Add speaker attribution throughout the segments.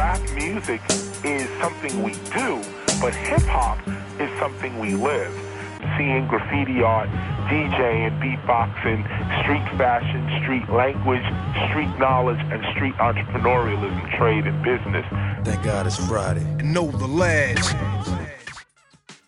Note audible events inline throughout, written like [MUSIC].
Speaker 1: rap music is something we do, but hip hop is something we live. Seeing graffiti art, DJing, beatboxing, street fashion, street language, street knowledge, and street entrepreneurialism, trade, and business.
Speaker 2: Thank God it's Friday.
Speaker 3: Know the lads.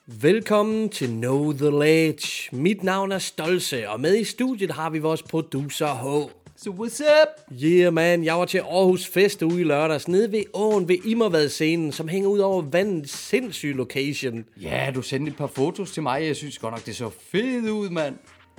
Speaker 4: Velkommen til Know The Ledge. Mit navn er Stolse, og med i studiet har vi vores producer H.
Speaker 5: So what's up?
Speaker 4: Yeah, man. Jeg var til Aarhus Fest uge i lørdags, nede ved åen ved Immervad-scenen, som hænger ud over vandet. Sindssyg location.
Speaker 5: Ja, du sendte et par fotos til mig. Jeg synes godt nok, det så fedt ud, mand.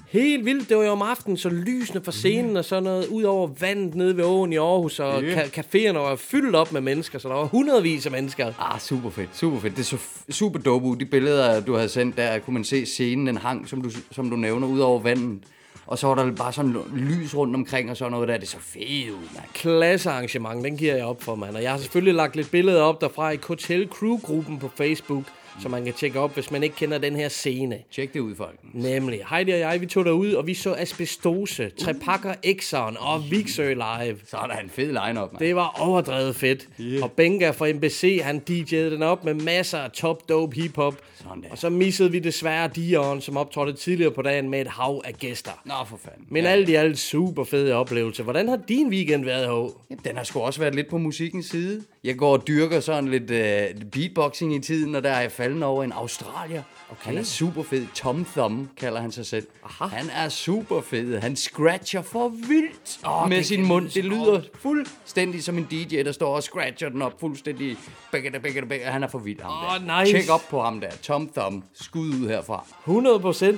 Speaker 4: Helt vildt, det var jo om aftenen, så lysene fra scenen og sådan noget, ud over vandet nede ved åen i Aarhus, og
Speaker 5: Ja.
Speaker 4: ka- caféerne var fyldt op med mennesker, så der var hundredvis af mennesker.
Speaker 5: Ah, super fedt, super fedt. Det så f- super dope ud. De billeder, du havde sendt, der kunne man se scenen, den hang, som du, som du nævner, ud over vandet. Og så var der bare sådan lo- lys rundt omkring og sådan noget der. Det så fedt ud, mand.
Speaker 4: Klasse arrangement, den giver jeg op for, mand. Og jeg har selvfølgelig lagt lidt billeder op derfra i Coachella Crew-gruppen på Facebook, så man kan tjekke op, hvis man ikke kender den her scene.
Speaker 5: Tjek det ud, folk.
Speaker 4: Nemlig, Heidi og jeg, vi tog derud, og vi så Asbestose, Trepakker, Exxon og Vigsø live.
Speaker 5: Så er der en fed line-up, mand.
Speaker 4: Det var overdrevet fedt. Yeah. Og Benga fra MBC, han DJ'ede den op med masser af top dope hiphop.
Speaker 5: Sådan der.
Speaker 4: Og så missede vi desværre Dion, som optrådte tidligere på dagen med et hav af gæster.
Speaker 5: Nå, for fanden.
Speaker 4: Men
Speaker 5: Ja.
Speaker 4: alt i alt super fede oplevelse. Hvordan har din weekend været, H?
Speaker 5: Jamen, Den har sgu også været lidt på musikkens side. Jeg går og dyrker sådan lidt øh, beatboxing i tiden, og der er jeg falden over en australier. Okay. Han er super fed. Tom Thumb kalder han sig selv. Aha. Han er super fed. Han scratcher for vildt oh, med
Speaker 4: det
Speaker 5: sin
Speaker 4: kan
Speaker 5: mund.
Speaker 4: lyde
Speaker 5: Det
Speaker 4: så
Speaker 5: lyder fuldstændig som en DJ, der står og scratcher den op fuldstændig. Bækkede, bækkede, bækkede. Han er for vild, ham
Speaker 4: Åh,
Speaker 5: der.
Speaker 4: nice.
Speaker 5: Tjek op på ham der. Tom Thumb. Skud ud
Speaker 4: [LAUGHS]
Speaker 5: herfra.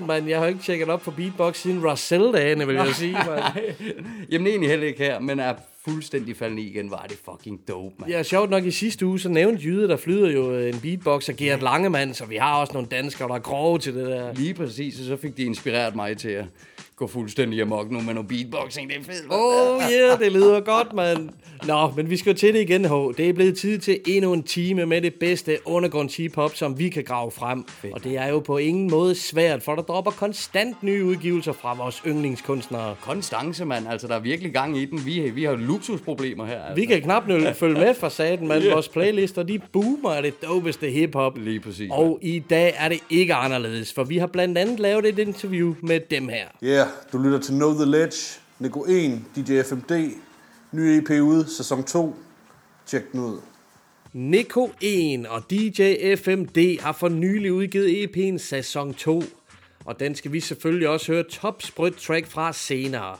Speaker 4: 100% mand, jeg har ikke tjekket op på beatbox siden Russell-dagene, vil
Speaker 5: [LAUGHS]
Speaker 4: jeg sige, mand.
Speaker 5: Jamen egentlig heller ikke her, men er fuldstændig falden i igen. Var det fucking dope, mand.
Speaker 4: Ja, sjovt nok i sidste uge, så nævnte Jyde, der flyder jo øh, en beatboxer, Gert Langemann, så vi har også nogle danskere, der er grove til det der.
Speaker 5: Lige præcis, og så fik de inspireret mig til at gå fuldstændig amok nu med noget beatboxing. Det er fedt. hva'?
Speaker 4: Oh yeah, det lyder godt, mand. Nå, men vi skal jo til det igen, H. Det er blevet tid til endnu en time med det bedste undergrunds hiphop, som vi kan grave frem. Og det er jo på ingen måde svært, for der dropper konstant nye udgivelser fra vores yndlingskunstnere.
Speaker 5: Konstance, mand. Altså, der er virkelig gang i den. Vi, vi har luksusproblemer her. Altså.
Speaker 4: Vi kan knap nø- følge med for saten, men vores playlister, de boomer af det dopeste hiphop.
Speaker 5: Lige præcis,
Speaker 4: Og i dag er det ikke anderledes, for vi har blandt andet lavet et interview med dem her.
Speaker 6: Ja, du lytter til Know The Ledge, Nico 1, DJ FMD, ny EP ude, sæson 2. Tjek den ud.
Speaker 4: Nico 1 og DJ FMD har for nylig udgivet EP'en Sæson 2. Og den skal vi selvfølgelig også høre topsprødt track fra senere.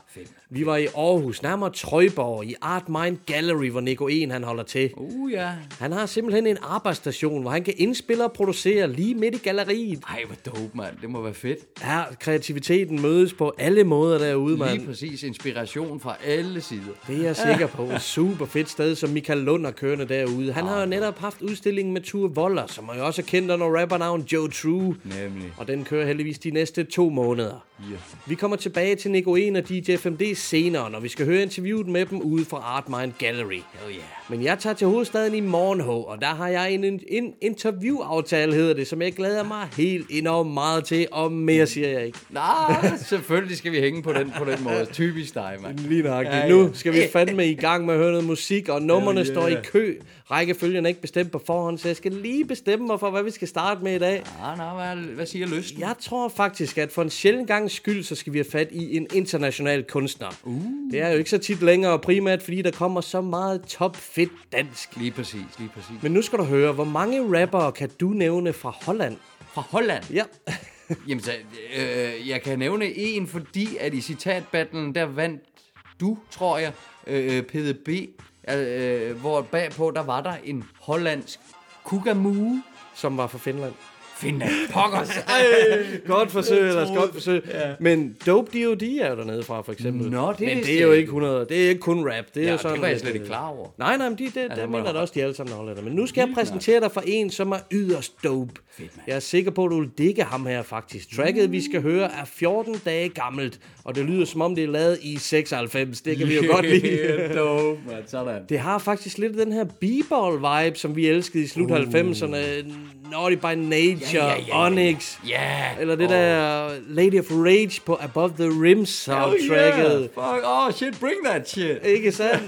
Speaker 4: Vi var i Aarhus, nærmere Trøjborg, i Art Mind Gallery, hvor Nico 1 han holder til.
Speaker 5: Uh, ja.
Speaker 4: Han har simpelthen en arbejdsstation, hvor han kan indspille og producere lige midt i galleriet.
Speaker 5: Ej, hvor dope, mand. Det må være fedt.
Speaker 4: Her kreativiteten mødes på alle måder derude,
Speaker 5: Lige
Speaker 4: mand.
Speaker 5: præcis. Inspiration fra alle sider.
Speaker 4: Det er jeg sikker på. Et super fedt sted, som Michael Lund er kørende derude. Han har jo netop haft udstillingen med Ture Voller, som er jo også kendt under rappernavn Joe True.
Speaker 5: Nemlig.
Speaker 4: Og den kører heldigvis de næste to måneder. Yeah. Vi kommer tilbage til Nico 1 og DJ FMD senere, når vi skal høre interviewet med dem ude fra Artmind Gallery.
Speaker 5: Hell yeah.
Speaker 4: Men jeg tager til hovedstaden i morgen, H, og der har jeg en, en, en interviewaftale, hedder det, som jeg glæder mig helt enormt meget til, og mere siger jeg ikke.
Speaker 5: Nej, selvfølgelig skal vi hænge på den, på den måde. Typisk dig, mand.
Speaker 4: Lige nøjagtigt.
Speaker 5: Ja, ja.
Speaker 4: Nu skal vi fandme i gang med at høre noget musik, og nummerne står i kø. Rækkefølgen er ikke bestemt på forhånd, så jeg skal lige bestemme mig for, hvad vi skal starte med i dag.
Speaker 5: Ah, nej, hvad, hvad siger lysten?
Speaker 4: Jeg tror faktisk, at for en sjælden gang skyld, så skal vi have fat i en international kunstner. Uh. Det er jo ikke så tit længere, primært fordi der kommer så meget top fedt dansk.
Speaker 5: Lige præcis, lige præcis.
Speaker 4: Men nu skal du høre, hvor mange rappere kan du nævne fra Holland?
Speaker 5: Fra Holland.
Speaker 4: Ja,
Speaker 5: Jamen, så, øh, jeg kan nævne en, fordi at i citatbattlen, der vandt du, tror jeg, øh, PDB, øh, øh, hvor bagpå, der var der en hollandsk kugamue.
Speaker 4: som var fra Finland.
Speaker 5: Finland, [LAUGHS] pokkers! [LAUGHS]
Speaker 4: Godt forsøg, ellers godt forsøg. Ja. Men Dope D.O.D. er jo dernede fra, for eksempel.
Speaker 5: Nå, det
Speaker 4: men
Speaker 5: vidste
Speaker 4: det er
Speaker 5: jeg
Speaker 4: jo
Speaker 5: ikke.
Speaker 4: ikke 100, det er ikke kun rap. Det er
Speaker 5: Ja,
Speaker 4: jo
Speaker 5: det
Speaker 4: sådan
Speaker 5: var jeg
Speaker 4: lidt,
Speaker 5: slet ikke
Speaker 4: øh,
Speaker 5: klar over.
Speaker 4: Nej, nej, men de, det, altså, der
Speaker 5: det må
Speaker 4: mener
Speaker 5: jeg-
Speaker 4: da også, de alle sammen er hollænder. Men nu skal jeg præsentere dig for en, som er yderst dope. Fedt, jeg er sikker på, at du vil digge ham her, faktisk. Tracket, vi skal høre, er 14 dage gammelt, og det lyder, som om det er lavet i 96. Det kan vi jo godt
Speaker 5: [LAUGHS]
Speaker 4: [LAUGHS] lide.
Speaker 5: Dope, man. Sådan.
Speaker 4: Det har faktisk lidt den her b-ball-vibe, som vi elskede i slut 90'erne. Naughty by Nature,
Speaker 5: Uh. Ja, ja, ja, ja.
Speaker 4: Onyx.
Speaker 5: Ja!
Speaker 4: Eller det der Lady of Rage på Above the Rim soundtracket.
Speaker 5: Fuck, oh shit, bring that shit.
Speaker 4: Ikke sandt?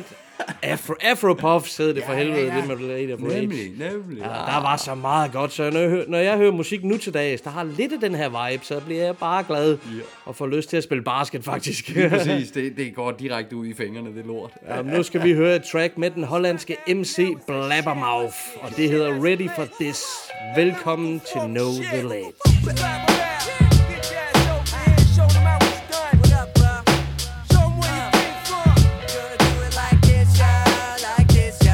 Speaker 4: Afro, Afropuffs hed det for helvede, ja, ja. det med Lady of Rage.
Speaker 5: Nemlig, nemlig.
Speaker 4: Ja, der var så meget godt, så når jeg, hører, når jeg hører musik nu til dags, der har lidt af den her vibe, så bliver jeg bare glad yeah. og får lyst til at spille basket, faktisk. [LAUGHS]
Speaker 5: Præcis, det, det går direkte ud i fingrene, det lort.
Speaker 4: ja, nu skal vi høre et track med den hollandske MC Blabbermouth, og det hedder Ready for This. Velkommen til Know The Ledge.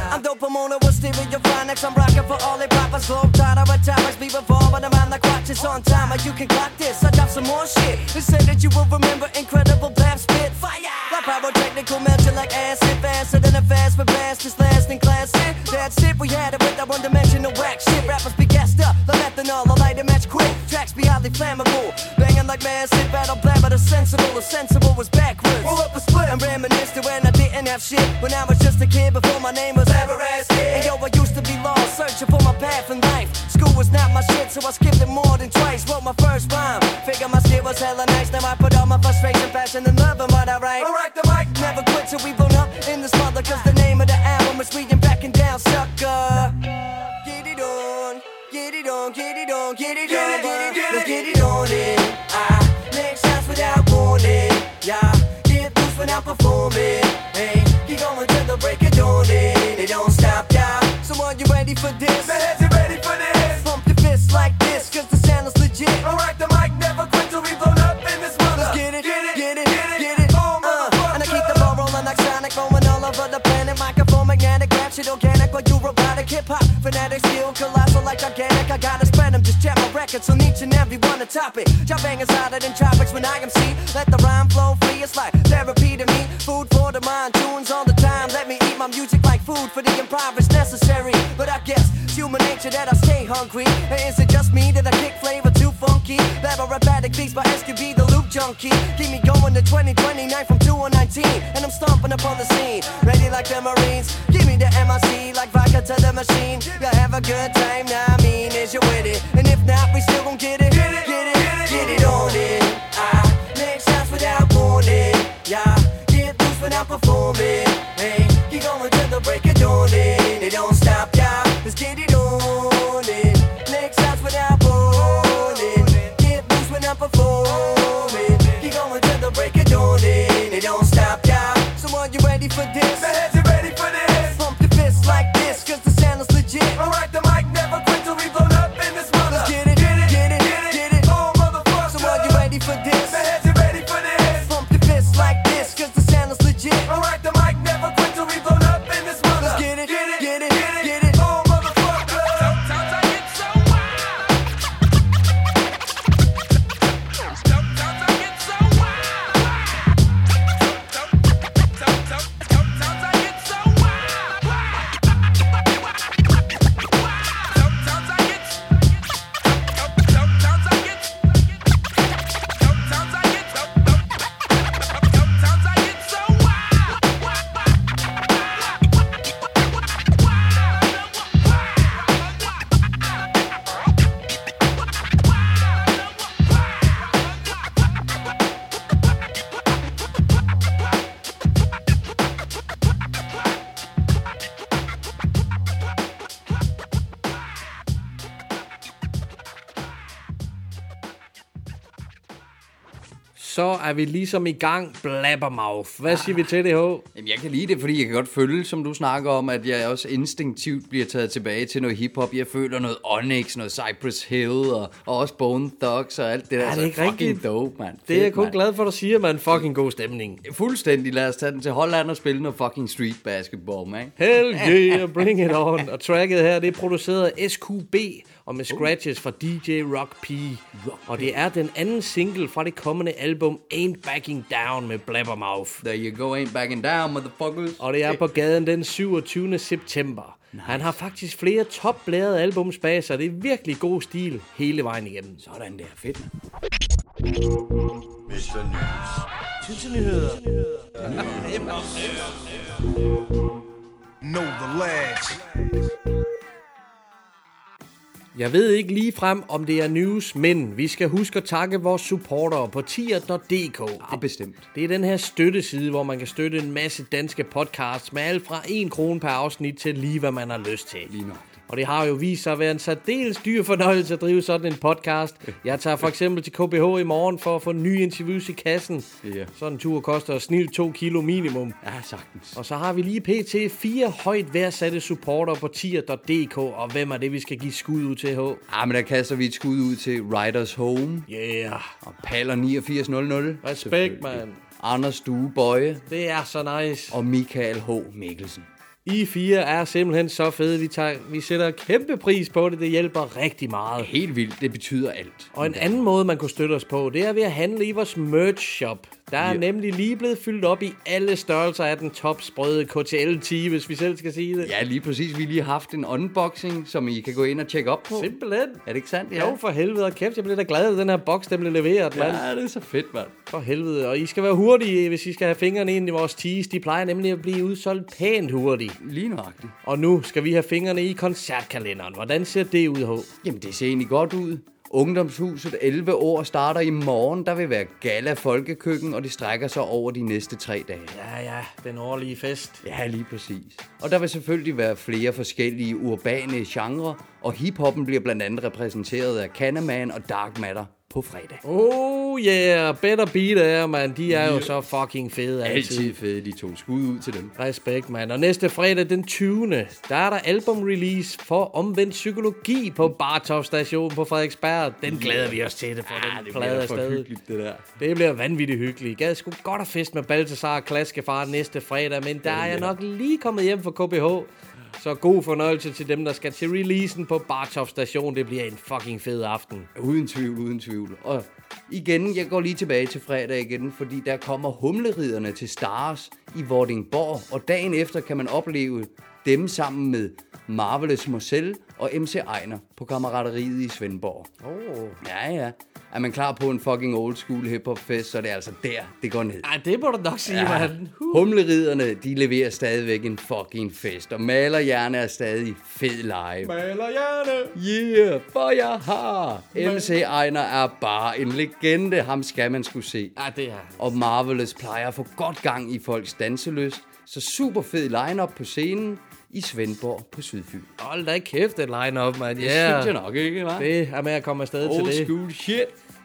Speaker 2: I'm dope, I'm on a with stereophonics. I'm rocking for all the poppers. Globe tied over topics. Be revolving around the clock. It's on time, or you can clock this. I drop some more shit. They say that you will remember incredible blast spit. Fire! My pyrotechnical melting like acid. Faster than a fast, but fastest last in class. And That's it, we had it with that one dimensional whack shit. Rappers be gassed up like methanol. I light a match quick. Tracks be highly flammable. Banging like massive battle blabber. The sensible, the sensible was backwards. Roll up a split and reminisce to when I didn't have shit. When I was just a kid before my name was Everest. And yo, I used to be lost, searching for my path in life. School was not my shit, so I skipped it more than twice. Wrote my first rhyme, figure my skill was hella nice. Now I put all my frustration, passion, and love in what I write. I rock the mic, never quit till we blown up in this mother. Cause the name of the album is We Ain't Backing Down, sucker. Get it on, get it on, get it on, get it on, let's get it on it. Ah, I make shots without warning, yeah. Get loose when I'm performing, hey. Keep going till the break of dawn, and it don't stop, yeah. So are you ready for this?
Speaker 3: you ready for this?
Speaker 2: Pump your fists like this, cause the sound is legit.
Speaker 3: Don't rock the mic, never quit till we blown up in this mother.
Speaker 2: Let's get it, get it,
Speaker 3: get it,
Speaker 2: get it.
Speaker 3: Oh,
Speaker 2: Uh, and I keep the ball rolling like Sonic, rolling all over the planet. Microphone magnetic, rap shit organic, but you robotic. Hip hop, fanatic, skill colossal like gigantic. I gotta spread them, just check my records on each and every one to top it. Job bangers hotter than tropics when I MC. Let the rhyme flow free, it's like therapy to me. Food for the mind, tunes all the time. Let me eat my music like food for the improv, it's necessary. But I guess it's human nature that I stay hungry. And is it just me that I kick flavor too funky? Battle rabatic beats by SQB, the loop junkie. Keep me going to 2029 from 2 on 19. And I'm stomping upon the scene, ready like the Marines. Give me the MIC like vodka to the machine. You have a good time now, I mean, is you with it? And if not, we still gon' get it. Get it, get it, get it on it. I make shots without warning. Yeah, get loose when I'm performing. Hey, keep going till the break of dawn. And it don't stop, yeah. Let's get it on it. Make shots without warning. Get loose when I'm performing. Keep going till the break of dawn. And it don't stop, yeah. So are you ready for this?
Speaker 3: man, you ready for this?
Speaker 2: Pump your fists like this, cause the sound is legit.
Speaker 3: Don't rock the mic, never quit till we blown up in this mother.
Speaker 2: Let's get it, get it, get it.
Speaker 3: Oh, motherfucker.
Speaker 2: So are you ready for this?
Speaker 3: man, you ready for this?
Speaker 2: Pump your fists like this, cause the sound is legit.
Speaker 3: Don't rock the mic, never quit till we blown up in this mother.
Speaker 2: Let's get it,
Speaker 3: get it,
Speaker 2: get it, get
Speaker 3: get
Speaker 2: it.
Speaker 3: it. Oh, motherfucker.
Speaker 4: Så er vi ligesom i gang. Blabbermouth. Hvad siger vi til det, H?
Speaker 5: Jamen, jeg kan lide det, fordi jeg kan godt følge, som du snakker om, at jeg også instinktivt bliver taget tilbage til noget hiphop. Jeg føler noget Onyx, noget Cypress Hill, og, og også Bone Thugs og alt det der.
Speaker 4: det
Speaker 5: Så
Speaker 4: ikke
Speaker 5: Altså, fucking
Speaker 4: rigtigt?
Speaker 5: dope, mand.
Speaker 4: Det er jeg
Speaker 5: Fedt,
Speaker 4: kun
Speaker 5: mand.
Speaker 4: glad for, at du siger, man. Fucking god stemning.
Speaker 5: Fuldstændig, lad os tage den til Holland og spille noget fucking street basketball, man.
Speaker 4: Hell yeah, bring it on. Og tracket her, det er produceret af SQB og med scratches fra DJ Rock P. Og det er den anden single fra det kommende album Ain't Backing Down med Blabbermouth.
Speaker 5: There you go, ain't backing down, motherfuckers.
Speaker 4: Og det er på gaden den 27. september. Han har faktisk flere topblærede albums bag sig. Det er virkelig god stil hele vejen igennem.
Speaker 5: Sådan der, fedt, mand.
Speaker 1: Know the ledge.
Speaker 4: Jeg ved ikke lige frem, om det er news, men vi skal huske at takke vores supportere på tier.dk.
Speaker 5: Ja, bestemt.
Speaker 4: Det er den her støtteside, hvor man kan støtte en masse danske podcasts med alt fra 1 krone per afsnit til lige, hvad man har lyst til.
Speaker 5: Lige nøjagtigt.
Speaker 4: Og det har jo vist sig at være en særdeles dyr fornøjelse at drive sådan en podcast. Jeg tager for eksempel til KBH i morgen for at få nye interviews i kassen.
Speaker 5: Ja.
Speaker 4: Sådan en tur koster snil 2 kilo minimum.
Speaker 5: Ja, sagtens.
Speaker 4: Og så har vi lige pt. fire højt værdsatte supporter på tier.dk, og hvem er det, vi skal give skud ud til, H?
Speaker 5: Ja, Ah, men der kaster vi et skud ud til Riders Home
Speaker 4: Yeah.
Speaker 5: og Paller 8900.
Speaker 4: Respekt, mand.
Speaker 5: Anders Duebøje
Speaker 4: Det er så nice.
Speaker 5: og Michael H. Mikkelsen.
Speaker 4: I fire er simpelthen så fede. Vi, tager, vi sætter kæmpe pris på det. Det hjælper rigtig meget.
Speaker 5: Helt vildt, det betyder alt.
Speaker 4: Og en anden måde, man kunne støtte os på, det er ved at handle i vores merch shop. Der er
Speaker 5: Ja.
Speaker 4: nemlig lige blevet fyldt op i alle størrelser af den topsprøde KTL-10, hvis vi selv skal sige det.
Speaker 5: Ja, lige præcis. Vi har lige haft en unboxing, som I kan gå ind og tjekke op på.
Speaker 4: Simpelthen.
Speaker 5: Er det ikke sandt?
Speaker 4: Jo, for helvede. Og kæft, jeg blev da glad, at den her boks, den blev leveret, mand.
Speaker 5: ja, det er så fedt, mand.
Speaker 4: For helvede. Og I skal være hurtige, hvis I skal have fingrene ind i vores tees. De plejer nemlig at blive udsolgt pænt hurtigt.
Speaker 5: Lige nøjagtigt.
Speaker 4: Og nu skal vi have fingrene i koncertkalenderen. Hvordan ser det ud, H?
Speaker 5: Jamen, det ser egentlig godt ud. Ungdomshuset 11 år starter i morgen. Der vil være gala folkekøkken, og det strækker sig over de næste tre dage.
Speaker 4: Ja, ja, den årlige fest.
Speaker 5: Ja, lige præcis. Og der vil selvfølgelig være flere forskellige urbane genrer, og hiphoppen bliver blandt andet repræsenteret af Canaman og Dark Matter på fredag.
Speaker 4: Oh yeah, Better Beat er, man. De er jo så fucking fede altid.
Speaker 5: Altid fede, de to skud ud til dem.
Speaker 4: Respekt, mand. Og næste fredag den 20. Der er der albumrelease for Omvendt Psykologi på Bartov Station på Frederiksberg. Den glæder vi os til, Ah, det for ja, den plade er stadig.
Speaker 5: det der.
Speaker 4: Det bliver vanvittigt hyggeligt. Jeg skulle godt have fest med Baltasar og Klaskefar næste fredag, men der er jeg nok lige kommet hjem fra KBH. Så god fornøjelse til dem, der skal til releasen på Bartov Station. Det bliver en fucking fed aften.
Speaker 5: Uden tvivl, uden tvivl. Og igen, jeg går lige tilbage til fredag igen, fordi der kommer humleriderne til Stars i Vordingborg, og dagen efter kan man opleve dem sammen med Marvelous Marcel og MC Ejner på kammerateriet i Svendborg.
Speaker 4: Oh.
Speaker 5: Ja, ja. Er man klar på en fucking old school hip-hop fest, så er det altså der, det går ned.
Speaker 4: Ej, Ah, det må du nok sige, ja. mand. Huh.
Speaker 5: Humleriderne, de leverer stadigvæk en fucking fest, og malerhjerne er stadig fed live. Yeah, for jeg har. MC Ejner er bare en legende, ham skal man skulle se.
Speaker 4: Ja, Ah, det er
Speaker 5: Og Marvelous plejer at få godt gang i folks danselyst, så super fed lineup på scenen i Svendborg på Sydfyn.
Speaker 4: Hold da kæft, det line-up, mand.
Speaker 5: Det
Speaker 4: Yeah.
Speaker 5: synes jeg nok, ikke hva'?
Speaker 4: Det er med at komme afsted til det.
Speaker 5: school shit.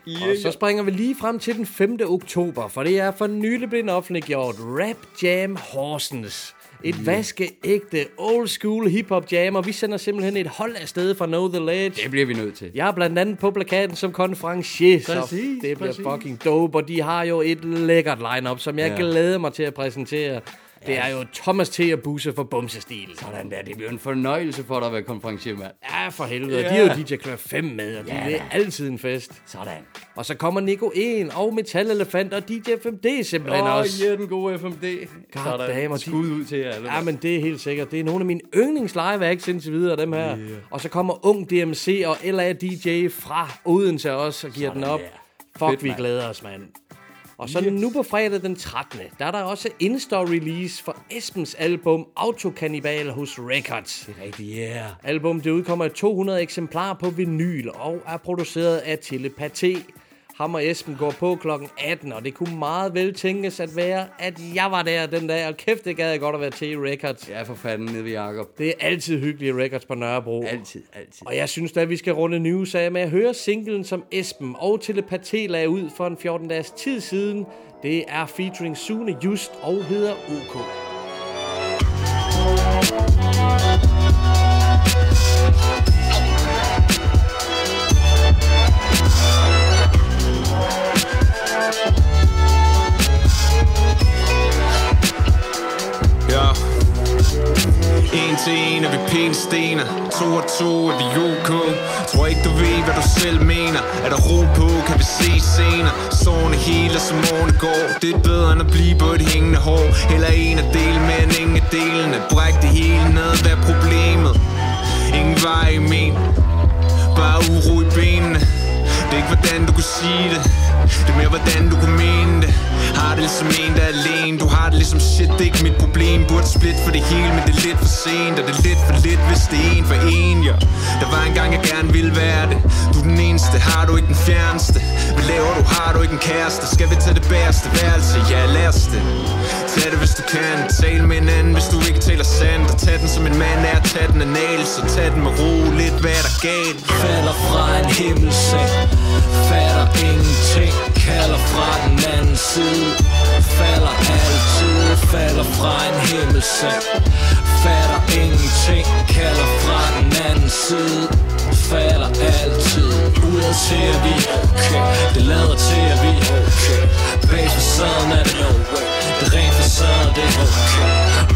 Speaker 5: Yeah.
Speaker 4: Og så springer vi lige frem til den 5. oktober, for det er for nylig blevet offentliggjort Rap Jam Horsens. Et yeah. vaskeægte old school hip-hop jam, og vi sender simpelthen et hold afsted fra Know The Ledge.
Speaker 5: Det bliver vi nødt til.
Speaker 4: Jeg er blandt andet på plakaten som konferencier, så
Speaker 5: Præcis,
Speaker 4: det bliver
Speaker 5: præcis.
Speaker 4: fucking dope, og de har jo et lækkert lineup, som jeg
Speaker 5: Ja.
Speaker 4: glæder mig til at præsentere. Det er jo Thomas T. og Busse for Bumsestil.
Speaker 5: Sådan der, det bliver en fornøjelse for dig at være konferencier, mand.
Speaker 4: Ja, for helvede. Yeah. De er jo DJ Klør 5 med, og de
Speaker 5: Ja,
Speaker 4: yeah. er
Speaker 5: da.
Speaker 4: altid en fest.
Speaker 5: Sådan.
Speaker 4: Og så kommer Nico 1 og Metal Elefant og DJ 5D simpelthen
Speaker 5: Åh,
Speaker 4: oh,
Speaker 5: oh,
Speaker 4: også.
Speaker 5: yeah, den gode FMD.
Speaker 4: God
Speaker 5: Sådan.
Speaker 4: damn, og de-
Speaker 5: Skud ud til jer alle.
Speaker 4: Ja, men det er helt sikkert. Det er nogle af mine yndlings live acts indtil videre, dem her. Yeah. Og så kommer Ung DMC og LA DJ fra Odense også og giver
Speaker 5: Sådan
Speaker 4: den op.
Speaker 5: der.
Speaker 4: Fuck,
Speaker 5: Fedt,
Speaker 4: vi
Speaker 5: mand.
Speaker 4: glæder os, mand. Og så nu på fredag den 13. Der er der også Insta-release for Esbens album Autokannibal hos Records.
Speaker 5: det er rigtigt, yeah.
Speaker 4: Album det udkommer i 200 eksemplarer på vinyl og er produceret af Telepathy. Ham og Esben går på kl. 18, og det kunne meget vel tænkes at være, at jeg var der den dag, og kæft, det gad jeg godt at være til i Records.
Speaker 5: Ja, for fanden nede ved Jacob.
Speaker 4: Det er altid hyggelige Records på Nørrebro.
Speaker 5: Altid, altid.
Speaker 4: Og jeg synes da, vi skal runde news af med at høre singlen, som Esben og Telepathy lagde ud for en 14-dages tid siden. Det er featuring Sune Just og hedder OK.
Speaker 7: Ja. En til en er vi pinstener To og to er vi ok Tror ikke du ved hvad du selv mener Er der ro på kan vi se senere Sårene heler som årene går Det er bedre end at blive på et hængende hår Heller en at dele med end ingen af delene Bræk det hele ned hvad er problemet Ingen vej i men Bare uro i benene Det er ikke hvordan du kunne sige det Det er mere hvordan du kunne mene det Har det som en der alene Du har det ligesom shit, det er ikke mit problem Burde split for det hele, men det er lidt for sent Og det er lidt for lidt, hvis det er en for en, ja Der var en gang, jeg gerne ville være det Du er den eneste, har du ikke den fjerneste Hvad laver du, har du ikke en kæreste Skal vi tage det bæreste værelse, ja lad os det Tag det, hvis du kan Tal med en anden, hvis du ikke taler sandt Og tag den som en mand er, tag den anal Så tag den med ro, lidt hvad er der galt
Speaker 8: Falder fra en himmelseng Fatter ingenting Kalder fra den anden side Falder altid Falder fra en himmelseng Fatter ingenting Kalder fra den anden side Falder altid Udad til at vi er okay Det lader til at vi er okay Bag facaden er det no way Det er rent facade, det er okay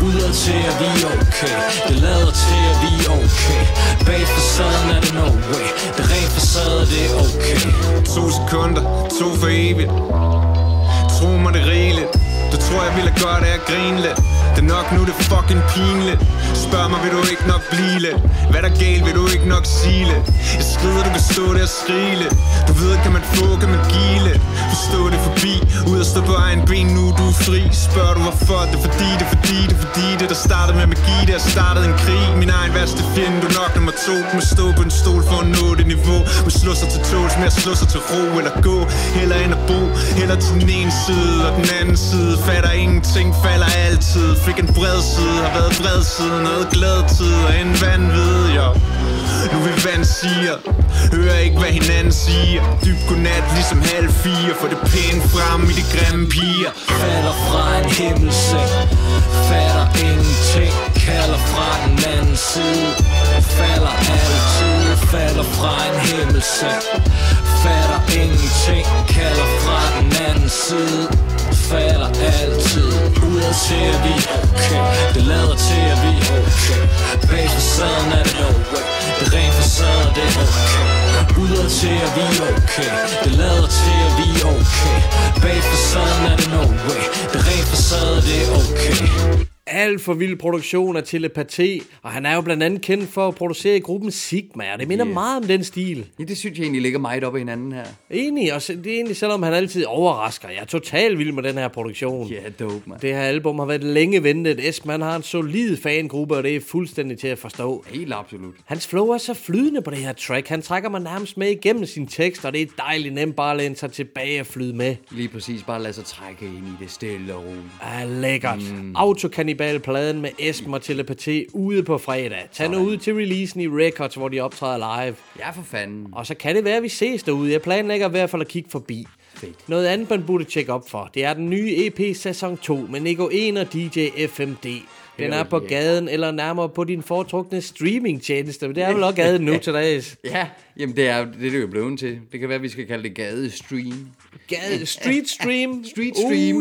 Speaker 8: Udad til at vi er okay Det lader til at vi er okay Bag facaden er det no way Det er rent facade, det er okay
Speaker 7: To sekunder, to for evigt Tro mig det er rigeligt Du tror jeg ville have godt af at grine lidt Det er nok nu det er fucking pinligt Spørg mig vil du ikke nok blive lidt Hvad der er galt vil du ikke nok sige lidt Jeg skrider du kan stå der og skrige lidt Du ved kan man få kan man give lidt Forstå det forbi Ud og stå på egen ben nu du er fri Spørger du hvorfor det er fordi det er fordi det er fordi Det der startede med magi det har startet en krig Min egen værste fjende du er nok nummer to Du må stå på en stol for at nå det niveau Må slå sig til tåls med at slå sig til ro Eller gå heller end at bo Heller til den ene side og den anden side Fatter ingenting falder altid Fik en bred side har været bred siden Noget glad tid og en vanvid jo nu vil vand siger Hører ikke hvad hinanden siger Dyb godnat ligesom halv fire Få det pænt frem i de grimme piger
Speaker 8: Falder fra en himmelseng Fatter ingenting Kalder fra den anden side Falder altid Falder fra en himmelseng Fatter ingenting Kalder fra den anden side Falder altid Udad til at vi er okay Det lader til at vi er okay Bag facaden er det no way Det er rent facade, det er okay Udad til at vi er okay Det lader til at vi er okay Bag facaden er det no way Det er rent facade, det er okay
Speaker 4: Alt for vild produktion af telepati, og han er jo blandt andet kendt for at producere i gruppen Sigma, og det minder
Speaker 5: Yes.
Speaker 4: meget om den stil.
Speaker 5: Ja, det synes jeg egentlig ligger meget op ad hinanden her.
Speaker 4: Enig, og se- det er egentlig selvom han altid overrasker. Jeg er totalt vild med den her produktion.
Speaker 5: Ja, dope, mand. Det
Speaker 4: Det her album har været længe ventet. Esman har en solid fangruppe, og det er fuldstændig til at forstå.
Speaker 5: er helt absolut.
Speaker 4: Hans flow er så flydende på det her track. Han trækker mig nærmest med igennem sin tekst, og det er dejligt nemt bare at læne sig tilbage og flyde med.
Speaker 5: Lige præcis bare lade sig trække ind i det stille og roligt.
Speaker 4: Ah, lækkert. Mm. Autokannibalpladen med Esben og Telepati ude på fredag. Tag nu ud til releasen i Records, hvor de optræder live.
Speaker 5: Ja, for fanden.
Speaker 4: Og så kan det være, at vi ses derude. Jeg planlægger i hvert fald at kigge forbi.
Speaker 5: Fedt.
Speaker 4: Noget andet, man burde tjekke op for, det er den nye EP Sæson 2 med Nico 1 og DJ FMD. Den er på gaden, eller nærmere på din foretrukne streamingtjeneste. Men det er vel også gaden nu til dags.
Speaker 5: Ja, jamen det er jo- det, er det jo blevet til. Det kan være, vi skal kalde det gadestream.
Speaker 4: Gade, street stream.
Speaker 5: Street stream,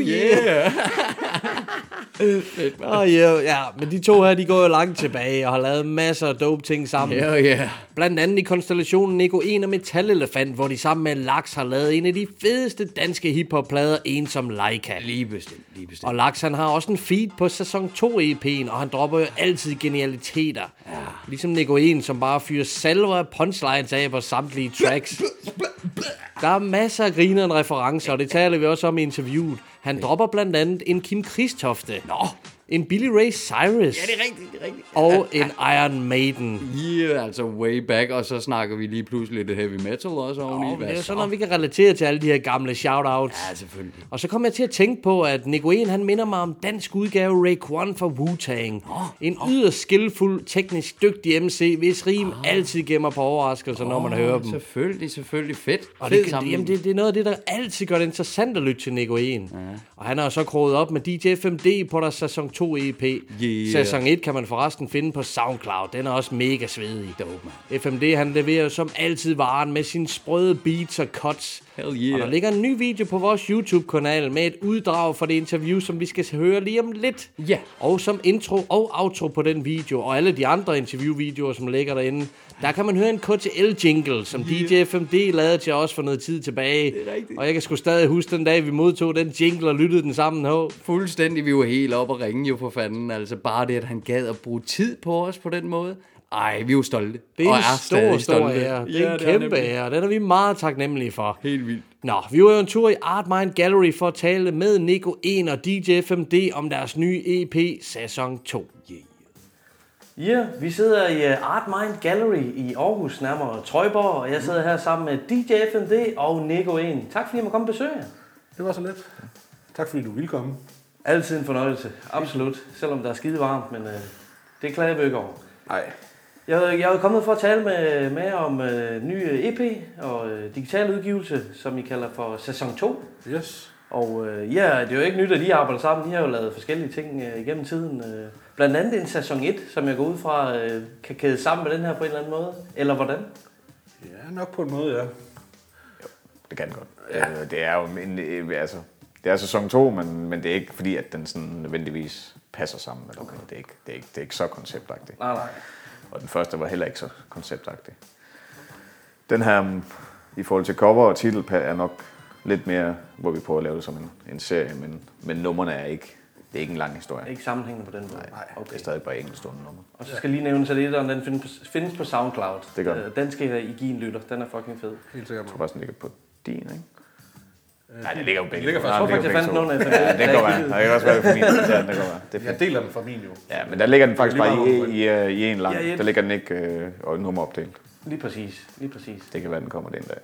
Speaker 4: Uh, yeah. Oh, yeah. Ja, men de to her, de går jo langt tilbage og har lavet masser af dope ting sammen.
Speaker 5: Ja, ja.
Speaker 4: Blandt andet i konstellationen Nico 1 og Metallelefant, hvor de sammen med Laks har lavet en af de fedeste danske hiphop-plader, en som Leica.
Speaker 5: Lige bestemt, lige bestemt.
Speaker 4: Og Laks han har også en feed på sæson 2 EP'en, og han dropper jo altid genialiteter. Ja. Ligesom Nico 1, som bare fyrer salver af punchlines af på samtlige tracks. Der er masser af grinerende referencer, og det taler vi også om i interviewet. Han dropper blandt andet en Kim Kristofte. Nå! En Billy Ray Cyrus. Ja, det er rigtigt, det er rigtigt. Og en Iron Maiden.
Speaker 5: Yeah, altså way back, og så snakker vi lige pludselig lidt heavy metal også oveni.
Speaker 4: Oh,
Speaker 5: Hvad
Speaker 4: det er jo sådan
Speaker 5: så?
Speaker 4: noget, vi kan relatere til alle de her gamle shoutouts.
Speaker 5: Ja, selvfølgelig.
Speaker 4: Og så kom jeg til at tænke på, at Nico 1, han minder mig om dansk udgave Ray Kwan fra Wu-Tang. En yderst skillfuld, teknisk dygtig MC, hvis rim altid gemmer på overraskelser, når man hører dem.
Speaker 5: Selvfølgelig, selvfølgelig fedt.
Speaker 4: Og
Speaker 5: Fed
Speaker 4: det, kan-
Speaker 5: sammenligning.
Speaker 4: jamen det, det er noget af det, der altid gør det interessant at lytte til Nico 1. Ja. Og han har jo så kroget op med DJ 5D på deres sæson 2 EP.
Speaker 5: Yeah.
Speaker 4: Sæson 1 kan man forresten finde på SoundCloud. Den er også mega svedig.
Speaker 5: Dope,
Speaker 4: FMD han leverer jo som altid varen med sine sprøde beats og cuts.
Speaker 5: Hell yeah.
Speaker 4: Og der ligger en ny video på vores YouTube-kanal med et uddrag fra det interview, som vi skal høre lige om lidt.
Speaker 5: Ja.
Speaker 4: Og som intro og outro på den video, og alle de andre interviewvideoer, som ligger derinde, der kan man høre en KTL-jingle, som DJ FMD lavede til os for noget tid tilbage. Det er rigtigt. Og jeg kan sgu stadig huske den dag, vi modtog den jingle og lyttede den sammen. Hov.
Speaker 5: Fuldstændig, vi var helt op og ringe jo for fanden. Altså bare det, at han gad at bruge tid på os på den måde. Ej, vi er jo stolte.
Speaker 9: Det er
Speaker 5: og
Speaker 9: en
Speaker 5: er
Speaker 9: stor,
Speaker 5: stadig
Speaker 9: stor
Speaker 5: stolte.
Speaker 9: ære. Det
Speaker 5: Ja,
Speaker 9: er en
Speaker 5: det er
Speaker 9: kæmpe
Speaker 5: nemlig.
Speaker 9: ære. Den er vi meget taknemmelige for.
Speaker 5: Helt vildt.
Speaker 9: Nå, vi var jo en tur i Artmind Gallery for at tale med Nico 1 og DJ 5D om deres nye EP, Sæson 2. Yeah. Ja, vi sidder i øh, Art Mind Gallery i Aarhus, nærmere Trøjborg, og jeg sidder her sammen med DJ FMD og Nico 1. Tak fordi jeg måtte komme og besøge jer.
Speaker 6: Det var så let. Tak fordi du ville komme.
Speaker 9: Altid en fornøjelse, absolut. Selvom der er skide varmt, men øh, det klager vi ikke over.
Speaker 6: Nej.
Speaker 9: Jeg, jeg er kommet for at tale med, med om øh, ny øh, EP og øh, digital udgivelse, som I kalder for sæson 2.
Speaker 6: Yes.
Speaker 9: Og øh, ja, det er jo ikke nyt, at de arbejder sammen. De har jo lavet forskellige ting øh, igennem tiden. Øh. Blandt andet en sæson 1, som jeg går ud fra, øh, kan kæde sammen med den her på en eller anden måde. Eller hvordan?
Speaker 6: Ja, nok på en måde, ja.
Speaker 10: Det kan det godt. Ja. Øh, det er jo en, øh, altså, det er sæson 2, men, men det er ikke fordi, at den sådan nødvendigvis passer sammen. Eller okay. det, er ikke, det, er ikke, det er ikke så konceptagtigt.
Speaker 9: Nej, nej.
Speaker 10: Og den første var heller ikke så konceptagtig. Den her, mm, i forhold til cover og titel, pa- er nok lidt mere, hvor vi prøver at lave det som en, en serie, men, men nummerne er ikke, det er ikke en lang historie.
Speaker 9: Ikke sammenhængende på den måde.
Speaker 10: Nej, okay. det
Speaker 9: okay.
Speaker 10: er stadig bare enkeltstående nummer.
Speaker 9: Og så skal lige nævnes, at etteren, den findes på, findes på SoundCloud.
Speaker 10: Det gør den.
Speaker 9: Øh, Den skal I give en lytter. Den er fucking fed.
Speaker 6: Helt sikkert.
Speaker 10: Jeg tror faktisk, den ligger på din, ikke? Nej, den ligger jo begge. Den ligger
Speaker 9: Jeg tror Øh, faktisk, jeg fandt nogen af dem.
Speaker 10: Ja, det kan godt være. Det kan også være på min. Ja, det kan godt være. Det er
Speaker 6: Jeg
Speaker 10: fint.
Speaker 6: deler dem fra min jo.
Speaker 10: Ja, men der ligger den faktisk
Speaker 6: Det er
Speaker 10: bare
Speaker 6: lige
Speaker 10: i, i,
Speaker 6: meget,
Speaker 10: øh, i en lang.
Speaker 9: Ja, i et.
Speaker 10: Der ligger den ikke øh, og nummer opdelt.
Speaker 9: Lige præcis, lige præcis.
Speaker 10: Det kan være, den kommer den dag.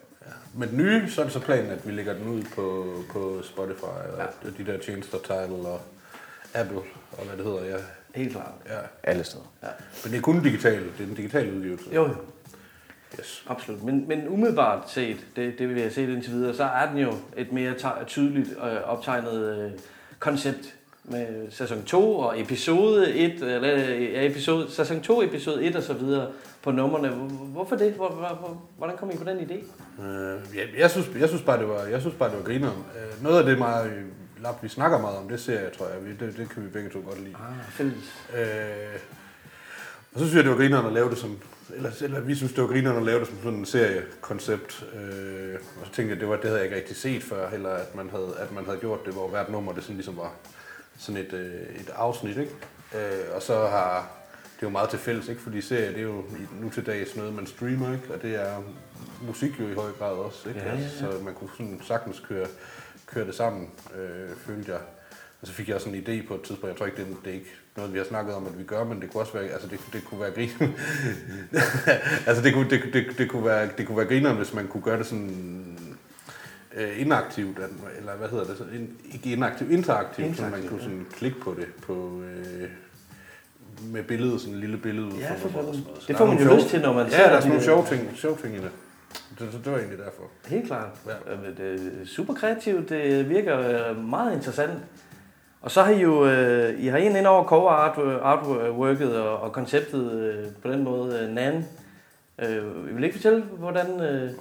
Speaker 6: Med den nye, så er det så planen, at vi lægger den ud på, på Spotify og ja. de der tjenester, Tidal og Apple og hvad det hedder, ja.
Speaker 9: Helt klart.
Speaker 6: ja.
Speaker 10: Alle steder.
Speaker 6: Men det er kun digitalt. Det er den digitale udgivelse.
Speaker 9: Jo, jo.
Speaker 6: Yes.
Speaker 9: Absolut. Men, men umiddelbart set, det, det vi har set indtil videre, så er den jo et mere te- tydeligt øh, optegnet øh, koncept med sæson 2 og episode 1, eller øh, ja, episode, sæson 2, episode 1 og så videre på nummerne. Hvor- Hvorfor det? Hvor, hvor, hvor, hvordan kom I på den idé?
Speaker 6: Øh, jeg, jeg, synes, jeg synes bare, det var, jeg synes bare, det var grineren. Øh, noget af det, meget, Lap, vi snakker meget om, det ser jeg, tror jeg. Vi- Det, det kan vi begge to godt lide.
Speaker 9: Ah, fælles.
Speaker 6: Øh, og så synes jeg, det var grineren at lave det som... Eller, eller vi synes, det var grineren at lave det som sådan en seriekoncept. Øh, og så tænkte jeg, det, var, det havde jeg ikke rigtig set før, heller at man havde, at man havde gjort det, hvor hvert nummer det sådan ligesom var sådan et, øh, et afsnit, ikke? Øh, og så har... Det er jo meget til fælles, ikke? Fordi serier, det er jo i- nu til dags noget, man streamer, ikke? Og det er musik jo i høj grad også, ikke? Ja, ja, ja. Så man kunne sådan sagtens køre, køre det sammen, øh, følte jeg. Og så fik jeg sådan en idé på et tidspunkt. Jeg tror ikke, det er, det er ikke noget, vi har snakket om, at vi gør, men det kunne også være, altså det, det kunne være grin. [LAUGHS] altså det kunne, det, det, det, kunne være, det kunne være grineren, hvis man kunne gøre det sådan øh, inaktivt, at, eller hvad hedder det, så in, ikke inaktivt, interaktivt, interaktivt, så man kunne sådan klikke på det på, øh, med billedet, sådan et lille billede.
Speaker 9: Ja,
Speaker 6: fra
Speaker 9: for
Speaker 6: nummeret
Speaker 9: fanden. Det
Speaker 6: og sådan noget. Så der
Speaker 9: får
Speaker 6: er
Speaker 9: man
Speaker 6: nogle
Speaker 9: jo
Speaker 6: sjove-
Speaker 9: lyst til, når man
Speaker 6: Ja,
Speaker 9: ser
Speaker 6: der er
Speaker 9: de
Speaker 6: sådan nogle
Speaker 9: der-
Speaker 6: sjove ting, sjove ting i det. Det, det, det var egentlig derfor.
Speaker 9: Helt klart. Øh,
Speaker 6: Ja.
Speaker 9: Ja. Det er super kreativt. Det virker øh, meget interessant. Og så har I jo øh, I har en ind over cover art- øh, artworket og, og konceptet øh, på den måde, øh, Nan. Øh, I vil ikke fortælle, hvordan... Øh,
Speaker 10: Jo,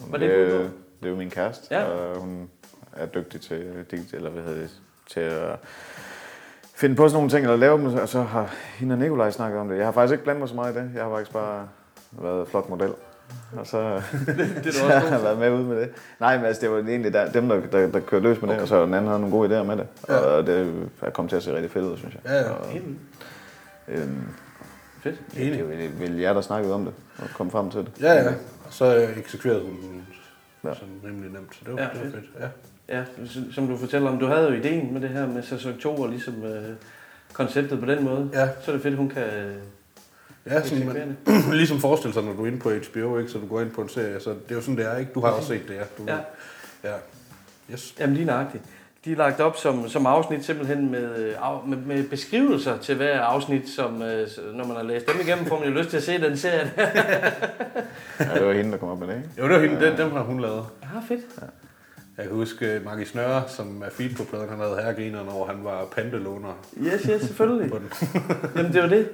Speaker 9: Var
Speaker 10: men
Speaker 9: det
Speaker 10: det,
Speaker 9: du, du?
Speaker 10: øh, det er jo min kæreste,
Speaker 9: Ja.
Speaker 10: ja. og hun er dygtig til, øh, digi- eller hvad hedder det, til at finde på sådan nogle ting, eller lave dem, og så har hende og Nikolaj snakket om det. Jeg har faktisk ikke blandet mig så meget i det. Jeg har faktisk bare været flot model. Og så, det, så har jeg været med ud med det. Nej, men altså, det var egentlig der, dem, der, der, der kørte løs med okay. det, og så den anden havde nogle gode idéer med det. Ja. Og det er kommet til at se rigtig fedt ud, synes jeg.
Speaker 6: Ja, ja.
Speaker 10: Og, øhm,
Speaker 9: fedt.
Speaker 10: ja, det er jo egentlig vel jer, der snakkede om det, og kom frem til det.
Speaker 6: Ja, ja. Og så øh, eksekverede hun den
Speaker 10: Ja.
Speaker 6: sådan rimelig nemt, så det var,
Speaker 9: Ja,
Speaker 6: ja, det var
Speaker 9: fedt.
Speaker 6: fedt. Ja.
Speaker 9: Ja, s- som du fortæller om, du havde jo ideen med det her med sæson 2 og ligesom øh, konceptet på den måde.
Speaker 6: Ja.
Speaker 9: Så er det fedt, hun kan... Øh,
Speaker 6: Ja, sådan,
Speaker 9: eksekvere
Speaker 6: man, [CLEARS THROAT] ligesom forestille sig, når du er inde på HBO, ikke, så du går ind på en serie, så det er jo sådan, det er, ikke? Du har også set det, ja. Du,
Speaker 9: Ja.
Speaker 6: ja. Yes.
Speaker 9: Jamen lige nøjagtigt. De er lagt op som, som afsnit simpelthen med, øh, af- med, med beskrivelser til hver afsnit, som øh, s- når man har læst dem igennem, får man jo lyst til at se den serie. [LAUGHS] der.
Speaker 10: Ja, det var hende, der kom op med det, ikke?
Speaker 6: Jo, det var hende, den, dem har hun lavet.
Speaker 9: ah, fedt.
Speaker 6: Jeg kan huske øh, Mark Snøre, som er feed på pladen, han havde herregrineren over, han var pantelåner.
Speaker 9: Yes, yes, selvfølgelig.
Speaker 6: på den.
Speaker 9: [LAUGHS] Jamen det var det.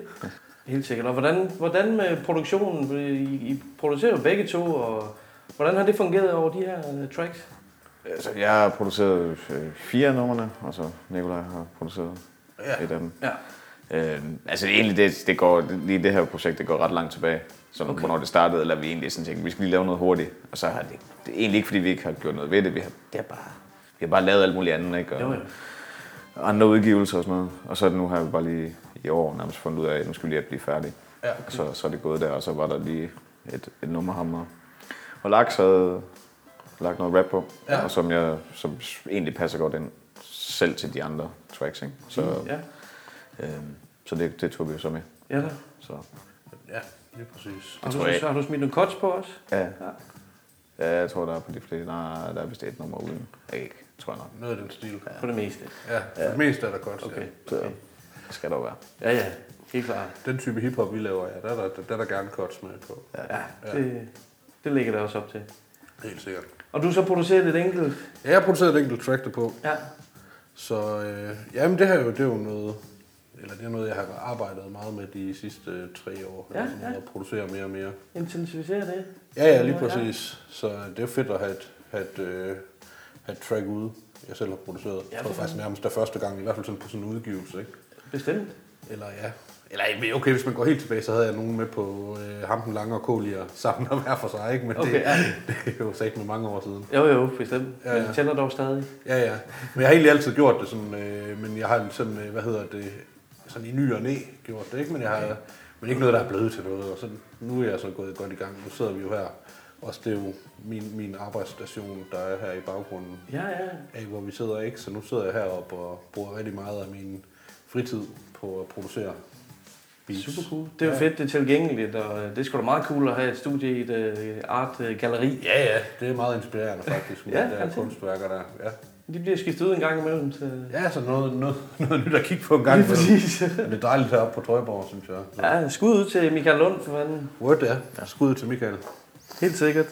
Speaker 9: Helt sikkert. Og hvordan, hvordan med produktionen? øh, I, I producerer jo begge to, og hvordan har det fungeret over de her øh, tracks?
Speaker 10: Altså, jeg har produceret øh, fire af numrene, og så Nikolaj har produceret ja. et af dem.
Speaker 9: Ja.
Speaker 10: Øh, altså egentlig, det, det går, lige det her projekt, det går ret langt tilbage. Som okay. hvornår det startede, eller vi egentlig sådan tænkte, vi skal lige lave noget hurtigt. Og så har det, det er egentlig ikke, fordi vi ikke har gjort noget ved det. Vi har, det er bare, vi har bare lavet alt muligt andet, ikke? Og,
Speaker 9: Jo, jo.
Speaker 10: andre udgivelser og sådan noget. Og så nu har vi bare lige i år nærmest fundet ud af, at nu skal vi lige blive færdige.
Speaker 6: Ja.
Speaker 10: Så, så er det gået der, og så var der lige et, et nummer ham og, og Laks havde lagt noget rap på,
Speaker 6: Ja.
Speaker 10: og som, jeg, som egentlig passer godt ind selv til de andre tracks, ikke? Så,
Speaker 6: Ja.
Speaker 10: øhm, så det, det tog vi jo så med.
Speaker 9: Mm, Ja, da.
Speaker 10: Så,
Speaker 6: Ja, lige præcis.
Speaker 9: Har du,
Speaker 10: tror jeg ikke.
Speaker 9: har du smidt nogle cuts på os?
Speaker 10: ja. ja. jeg tror, der er på de fleste. Nej, der er vist et nummer uden. Ikke, tror jeg nok.
Speaker 6: Noget af den stil. Ja.
Speaker 9: På det meste.
Speaker 6: ja. For det meste er der godt.
Speaker 9: Okay.
Speaker 6: Okay.
Speaker 10: Så skal der jo være.
Speaker 9: Ja, ja. Helt klart.
Speaker 6: Ja. Den type hiphop, vi laver, ja, der er der, der, er der gerne cuts med på. Ja.
Speaker 9: Ja, det, det ligger der også op til.
Speaker 6: Helt sikkert.
Speaker 9: Og du så producerer lidt enkelt?
Speaker 6: Ja, jeg har produceret et enkelt track derpå,
Speaker 9: Ja.
Speaker 6: så øh, jamen, det her jo, det er jo noget, eller det er noget, jeg har arbejdet meget med de sidste øh, tre år,
Speaker 9: Ja,
Speaker 6: eller sådan noget,
Speaker 9: ja.
Speaker 6: at producere mere og mere.
Speaker 9: Intensivisere det.
Speaker 6: Ja, ja, lige præcis. Så det er fedt at have et, have et, øh, have et track ude, jeg selv har produceret.
Speaker 9: Ja,
Speaker 6: jeg tror
Speaker 9: for
Speaker 6: faktisk
Speaker 9: fanden.
Speaker 6: nærmest der første gang, i hvert fald sådan på sådan en udgivelse, ikke?
Speaker 9: Bestemt.
Speaker 6: Eller ja. Eller men okay, hvis man går helt tilbage, så havde jeg nogen med på øh, ham den lange og Kolier sammen og hver for sig, ikke? Men
Speaker 9: Okay,
Speaker 6: det,
Speaker 9: ja.
Speaker 6: [LAUGHS] det, er jo sagt med mange år siden.
Speaker 9: Jo, jo, bestemt. Ja,
Speaker 6: Ja,
Speaker 9: ja. Men
Speaker 6: ja.
Speaker 9: det tænder dog stadig.
Speaker 6: Ja, ja. Men jeg har egentlig altid gjort det sådan, øh, men jeg har sådan, øh, hvad hedder det, sådan i ny og næ gjort det, ikke? Men jeg har men ikke noget, der er blevet til noget, og så, nu er jeg så gået godt i gang. Nu sidder vi jo her, og det er jo min, min arbejdsstation, der er her i baggrunden
Speaker 9: Ja, ja.
Speaker 6: af, hvor vi sidder, ikke? Så nu sidder jeg heroppe og bruger rigtig meget af min fritid på at producere beats.
Speaker 9: Super cool. Det er jo fedt, det er tilgængeligt, og øh, det er sgu da meget cool at have et studie i et øh, art øh, galleri.
Speaker 6: Ja, ja, det er meget inspirerende faktisk, med
Speaker 9: Ja,
Speaker 6: ja, de der
Speaker 9: fantastisk.
Speaker 6: kunstværker der. Ja,
Speaker 9: De bliver skiftet ud en gang imellem til...
Speaker 6: ja så noget, noget, noget nyt at kigge på en gang. imellem. Men Det er dejligt heroppe på Trøjborg, synes jeg. Så.
Speaker 9: Ja, skud ud til Michael Lund for fanden.
Speaker 6: Word, ja. Skud til Michael.
Speaker 9: Helt sikkert.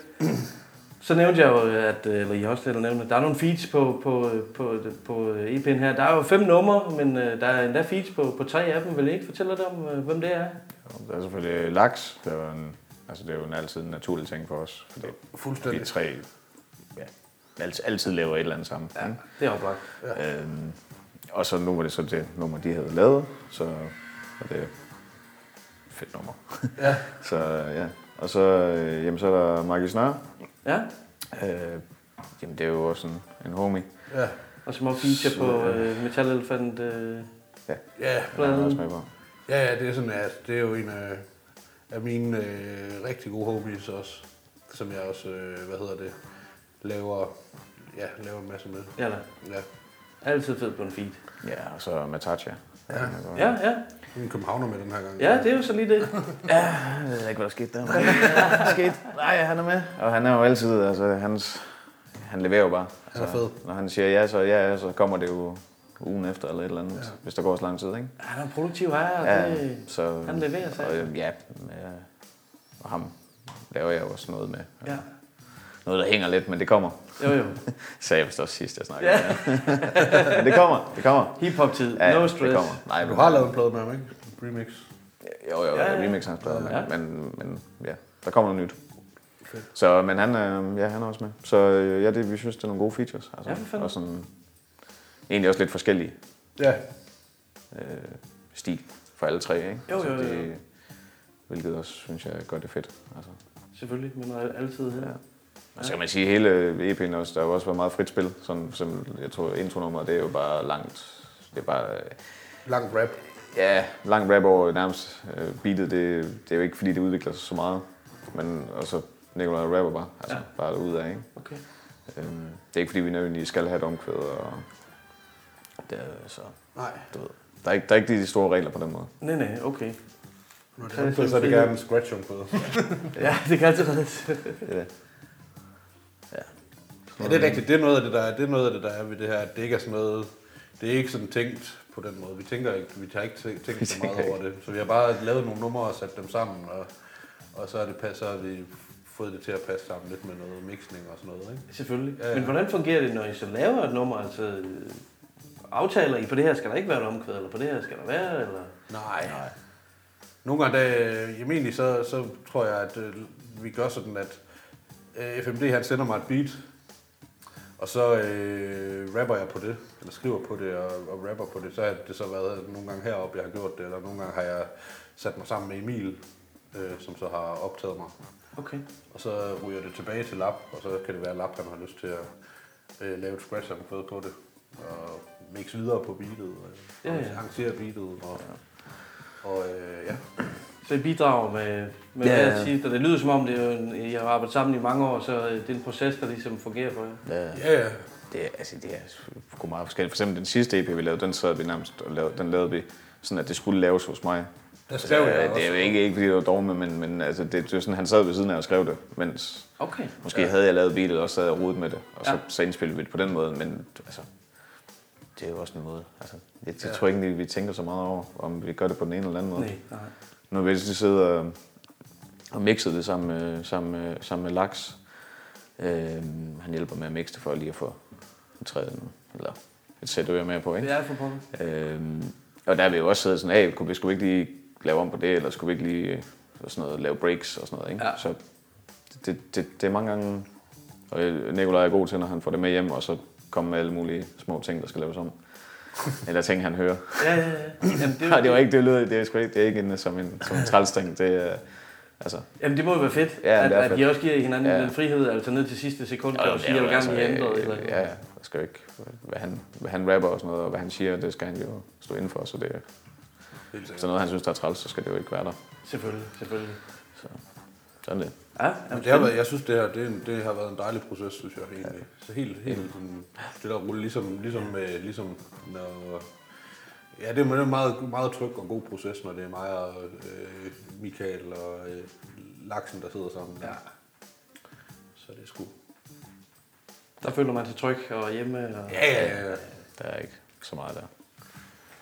Speaker 9: Så nævnte jeg jo, at, øh, eller I har også selv nævnt, at der er nogle feeds på, på, øh, på, på EP'en her. Der er jo fem numre, men øh, der er endda feeds på, på tre af dem. Vil I ikke fortælle lidt om, øh, hvem det er?
Speaker 10: Og Der er selvfølgelig laks. Det er jo, en, altså, det er jo en altid en naturlig ting for os. Fordi
Speaker 6: Fuldstændig.
Speaker 10: vi tre ja, altid, altid laver et eller andet sammen. Ja.
Speaker 9: Det er oplagt.
Speaker 10: Øhm, og så nu var det så det nummer, de havde lavet. Så var det fedt nummer.
Speaker 6: Ja.
Speaker 10: [LAUGHS] så ja. Og så, øh, jamen, så er der Markus Snare.
Speaker 9: Ja,
Speaker 10: Øh, jamen, det er jo også en, en homie.
Speaker 6: Ja.
Speaker 9: og som også feature på øh, Metal Elephant. Øh,
Speaker 6: Ja.
Speaker 10: Han er også med på.
Speaker 6: ja, ja, det er sådan, at det er jo en af, af mine øh, rigtig gode homies også, som jeg også, øh, hvad hedder det, laver, ja, laver en masse med.
Speaker 9: ja, da.
Speaker 6: Ja.
Speaker 9: Altid fed på en feed.
Speaker 10: Ja, og så Matacha. Ja. Jeg
Speaker 9: Ja, ja.
Speaker 6: En københavner med den her gang.
Speaker 9: Ja, det er jo så lige det.
Speaker 10: ved ikke, hvad der skete [LAUGHS] der. Men, ja, skete. Nej, han er med. Og han er jo altid, altså, hans, han leverer jo bare.
Speaker 6: Han er fed.
Speaker 10: Når han siger ja, så ja, så kommer det jo ugen efter eller et eller andet, ja. hvis der går så lang tid, ikke?
Speaker 9: Han er en produktiv herre, og det,
Speaker 10: så,
Speaker 9: han leverer sig.
Speaker 10: Og, øh, ja, med, og ham laver jeg jo også noget med.
Speaker 9: ja.
Speaker 10: Noget, der hænger lidt, men det kommer.
Speaker 9: Jo, jo.
Speaker 10: Sagde jeg vist også sidst, jeg snakkede. Ja. [LAUGHS] men det kommer, det kommer.
Speaker 9: Hip-hop-tid.
Speaker 10: Ja,
Speaker 9: no
Speaker 10: Det
Speaker 9: stress.
Speaker 10: kommer. Nej,
Speaker 6: Du
Speaker 10: men,
Speaker 6: har lavet en plade med ham, ikke? Remix.
Speaker 10: jo, jo,
Speaker 9: Ja,
Speaker 10: ja,
Speaker 9: ja.
Speaker 10: ja. remix hans plader, men,
Speaker 9: Ja.
Speaker 10: ja. men, men ja, der kommer noget nyt. Så, men han, øh, ja, han er også med. Så øh, ja, det, vi synes, det er nogle gode features. Altså,
Speaker 9: Ja, for fanden.
Speaker 10: og sådan, egentlig også lidt forskellige
Speaker 6: Ja.
Speaker 10: øh, stil for alle tre, ikke?
Speaker 9: Jo,
Speaker 10: Så
Speaker 9: jo, jo.
Speaker 10: Det, hvilket også, synes jeg, gør det fedt. Altså.
Speaker 9: Selvfølgelig, men altid her.
Speaker 10: Ja. Og så kan man sige, at hele EP'en også, der har jo også været meget frit spil. Sådan, som jeg tror, intronummeret, det er jo bare langt. Det er bare, øh,
Speaker 6: Lang rap.
Speaker 10: ja, lang rap over nærmest øh, beatet. Det, det er jo ikke, fordi det udvikler sig så meget. Men, og så Nikolaj rapper bare, altså ja. bare derudad, ikke?
Speaker 9: Okay.
Speaker 10: Øhm, det er ikke, fordi vi nødvendigvis skal have et omkvæd, og det er, så,
Speaker 6: Nej.
Speaker 10: du ved. Der er, ikke, der er ikke de store regler på den måde.
Speaker 9: Nej, nej, okay.
Speaker 6: Nu er det
Speaker 9: Så er det
Speaker 6: sådan, så er det
Speaker 9: fedt.
Speaker 6: gerne en scratch på. [LAUGHS]
Speaker 9: Ja, det kan altid reddes. [LAUGHS]
Speaker 6: Ja, det er rigtigt. Det er noget af det, der er, det er noget af det, der er ved det her. at Det ikke er sådan noget... Det er ikke sådan tænkt på den måde. Vi tænker ikke, vi har ikke tæ- tænkt så meget over det. Så vi har bare lavet nogle numre og sat dem sammen, og, og så, er det, pas- så har vi fået det til at passe sammen lidt med noget mixning og sådan noget. Ikke?
Speaker 9: Selvfølgelig.
Speaker 6: Ja, ja.
Speaker 9: Men hvordan fungerer det, når I så laver et nummer? Altså, øh, aftaler I, på det her skal der ikke være et omkvæd, eller på det her skal der være, eller...
Speaker 6: Nej. Nej. Nogle gange, da, jamen egentlig, så, så tror jeg, at øh, vi gør sådan, at øh, FMD han sender mig et beat, og så øh, rapper jeg på det, eller skriver på det og, og rapper på det. Så har det så været nogle gange heroppe, jeg har gjort det, eller nogle gange har jeg sat mig sammen med Emil, øh, som så har optaget mig.
Speaker 9: Okay.
Speaker 6: Og så ryger det tilbage til Lap, og så kan det være, at Lap han har lyst til at øh, lave et scratch, han har fået på det, og mixe videre på beatet, og
Speaker 9: Ja,
Speaker 6: ja,
Speaker 9: ja.
Speaker 6: ja. arrangere beatet, og, og øh, ja.
Speaker 9: det bidrager med, med
Speaker 5: Ja,
Speaker 9: ja,
Speaker 5: ja.
Speaker 9: ja. sit, og det lyder som om, det er jo en, I har arbejdet sammen i mange år, så øh, det er en proces, der ligesom fungerer for jer.
Speaker 6: Ja, ja.
Speaker 10: Det, er- altså, det er sgu meget forskelligt. For eksempel den sidste EP, vi lavede, den sad vi nærmest og lavede, den lavede vi sådan, at det skulle laves hos mig.
Speaker 6: Der skrev jeg
Speaker 10: Øh,
Speaker 6: også.
Speaker 10: det er jo ikke, ikke fordi det var dogme, men, men altså, det, det var sådan, han sad ved siden af og skrev det, mens
Speaker 9: Okay.
Speaker 10: måske ja. havde jeg lavet beatet, og så havde jeg rodet med det, og så, ja.
Speaker 9: Ja.
Speaker 10: så indspillede vi det på den måde, men altså, det er jo også en måde. Altså, jeg, jeg tror ikke, lige, vi tænker så meget over, om vi gør det på den ene eller den anden måde.
Speaker 9: Nej, nej.
Speaker 10: Nu har vi lige siddet og, og mixet det sammen med, sammen med, sammen med Laks. Øhm, han hjælper med at mixe det for lige at få en tredje, eller et sæt ører med på, ikke?
Speaker 9: Det er for pokker.
Speaker 10: Øhm, og der har vi jo også siddet sådan, hey, kunne vi, skulle vi ikke lige lave om på det, eller skulle vi ikke lige øh, sådan noget, lave breaks og sådan noget, ikke?
Speaker 9: Ja.
Speaker 10: Så det, det, det er mange gange, og øh, Nikolaj er god til, når han får det med hjem, og så kommer med alle mulige små ting, der skal laves om. Eller ting, han hører.
Speaker 9: Ja, ja, ja. Jamen,
Speaker 10: [LAUGHS]
Speaker 9: det, er jo-
Speaker 10: Nej, det var ikke det, lyder, det er sgu ikke, det er ikke en, øh, som en, som en trælsting. Det er, altså,
Speaker 9: Jamen, det må jo være fedt,
Speaker 10: Ja,
Speaker 9: ja,
Speaker 10: det er
Speaker 9: at, at
Speaker 10: fedt.
Speaker 9: I også giver hinanden
Speaker 10: Ja.
Speaker 9: ja. den frihed, altså ned til sidste sekund,
Speaker 10: Jo, jo,
Speaker 9: og
Speaker 10: det
Speaker 9: sige, jeg
Speaker 10: er jo
Speaker 9: vil gerne
Speaker 10: altså,
Speaker 9: have ændret.
Speaker 10: øh,
Speaker 9: Eller,
Speaker 10: Ja, ja. Jeg skal jo ikke, hvad han, hvad han rapper og sådan noget, og hvad han siger, det skal han jo stå inden for, så det er sådan noget, han synes, der er træls, så skal det jo ikke være der.
Speaker 9: Selvfølgelig, selvfølgelig.
Speaker 10: Sådan er det.
Speaker 9: Ja,
Speaker 6: Men det har været, jeg synes, det, her, det, er en- det har været en dejlig proces, synes jeg egentlig. Så helt, helt sådan stille og roligt, ligesom, ligesom, øh, ligesom når... Ja, det er en meget, meget tryg og god proces, når det er mig og øh, Michael og øh, Laksen, der sidder sammen. Ja. Så det er sgu...
Speaker 9: der føler man sig tryg og hjemme. Og,
Speaker 6: Ja, ja, ja.
Speaker 10: Der er ikke så meget der.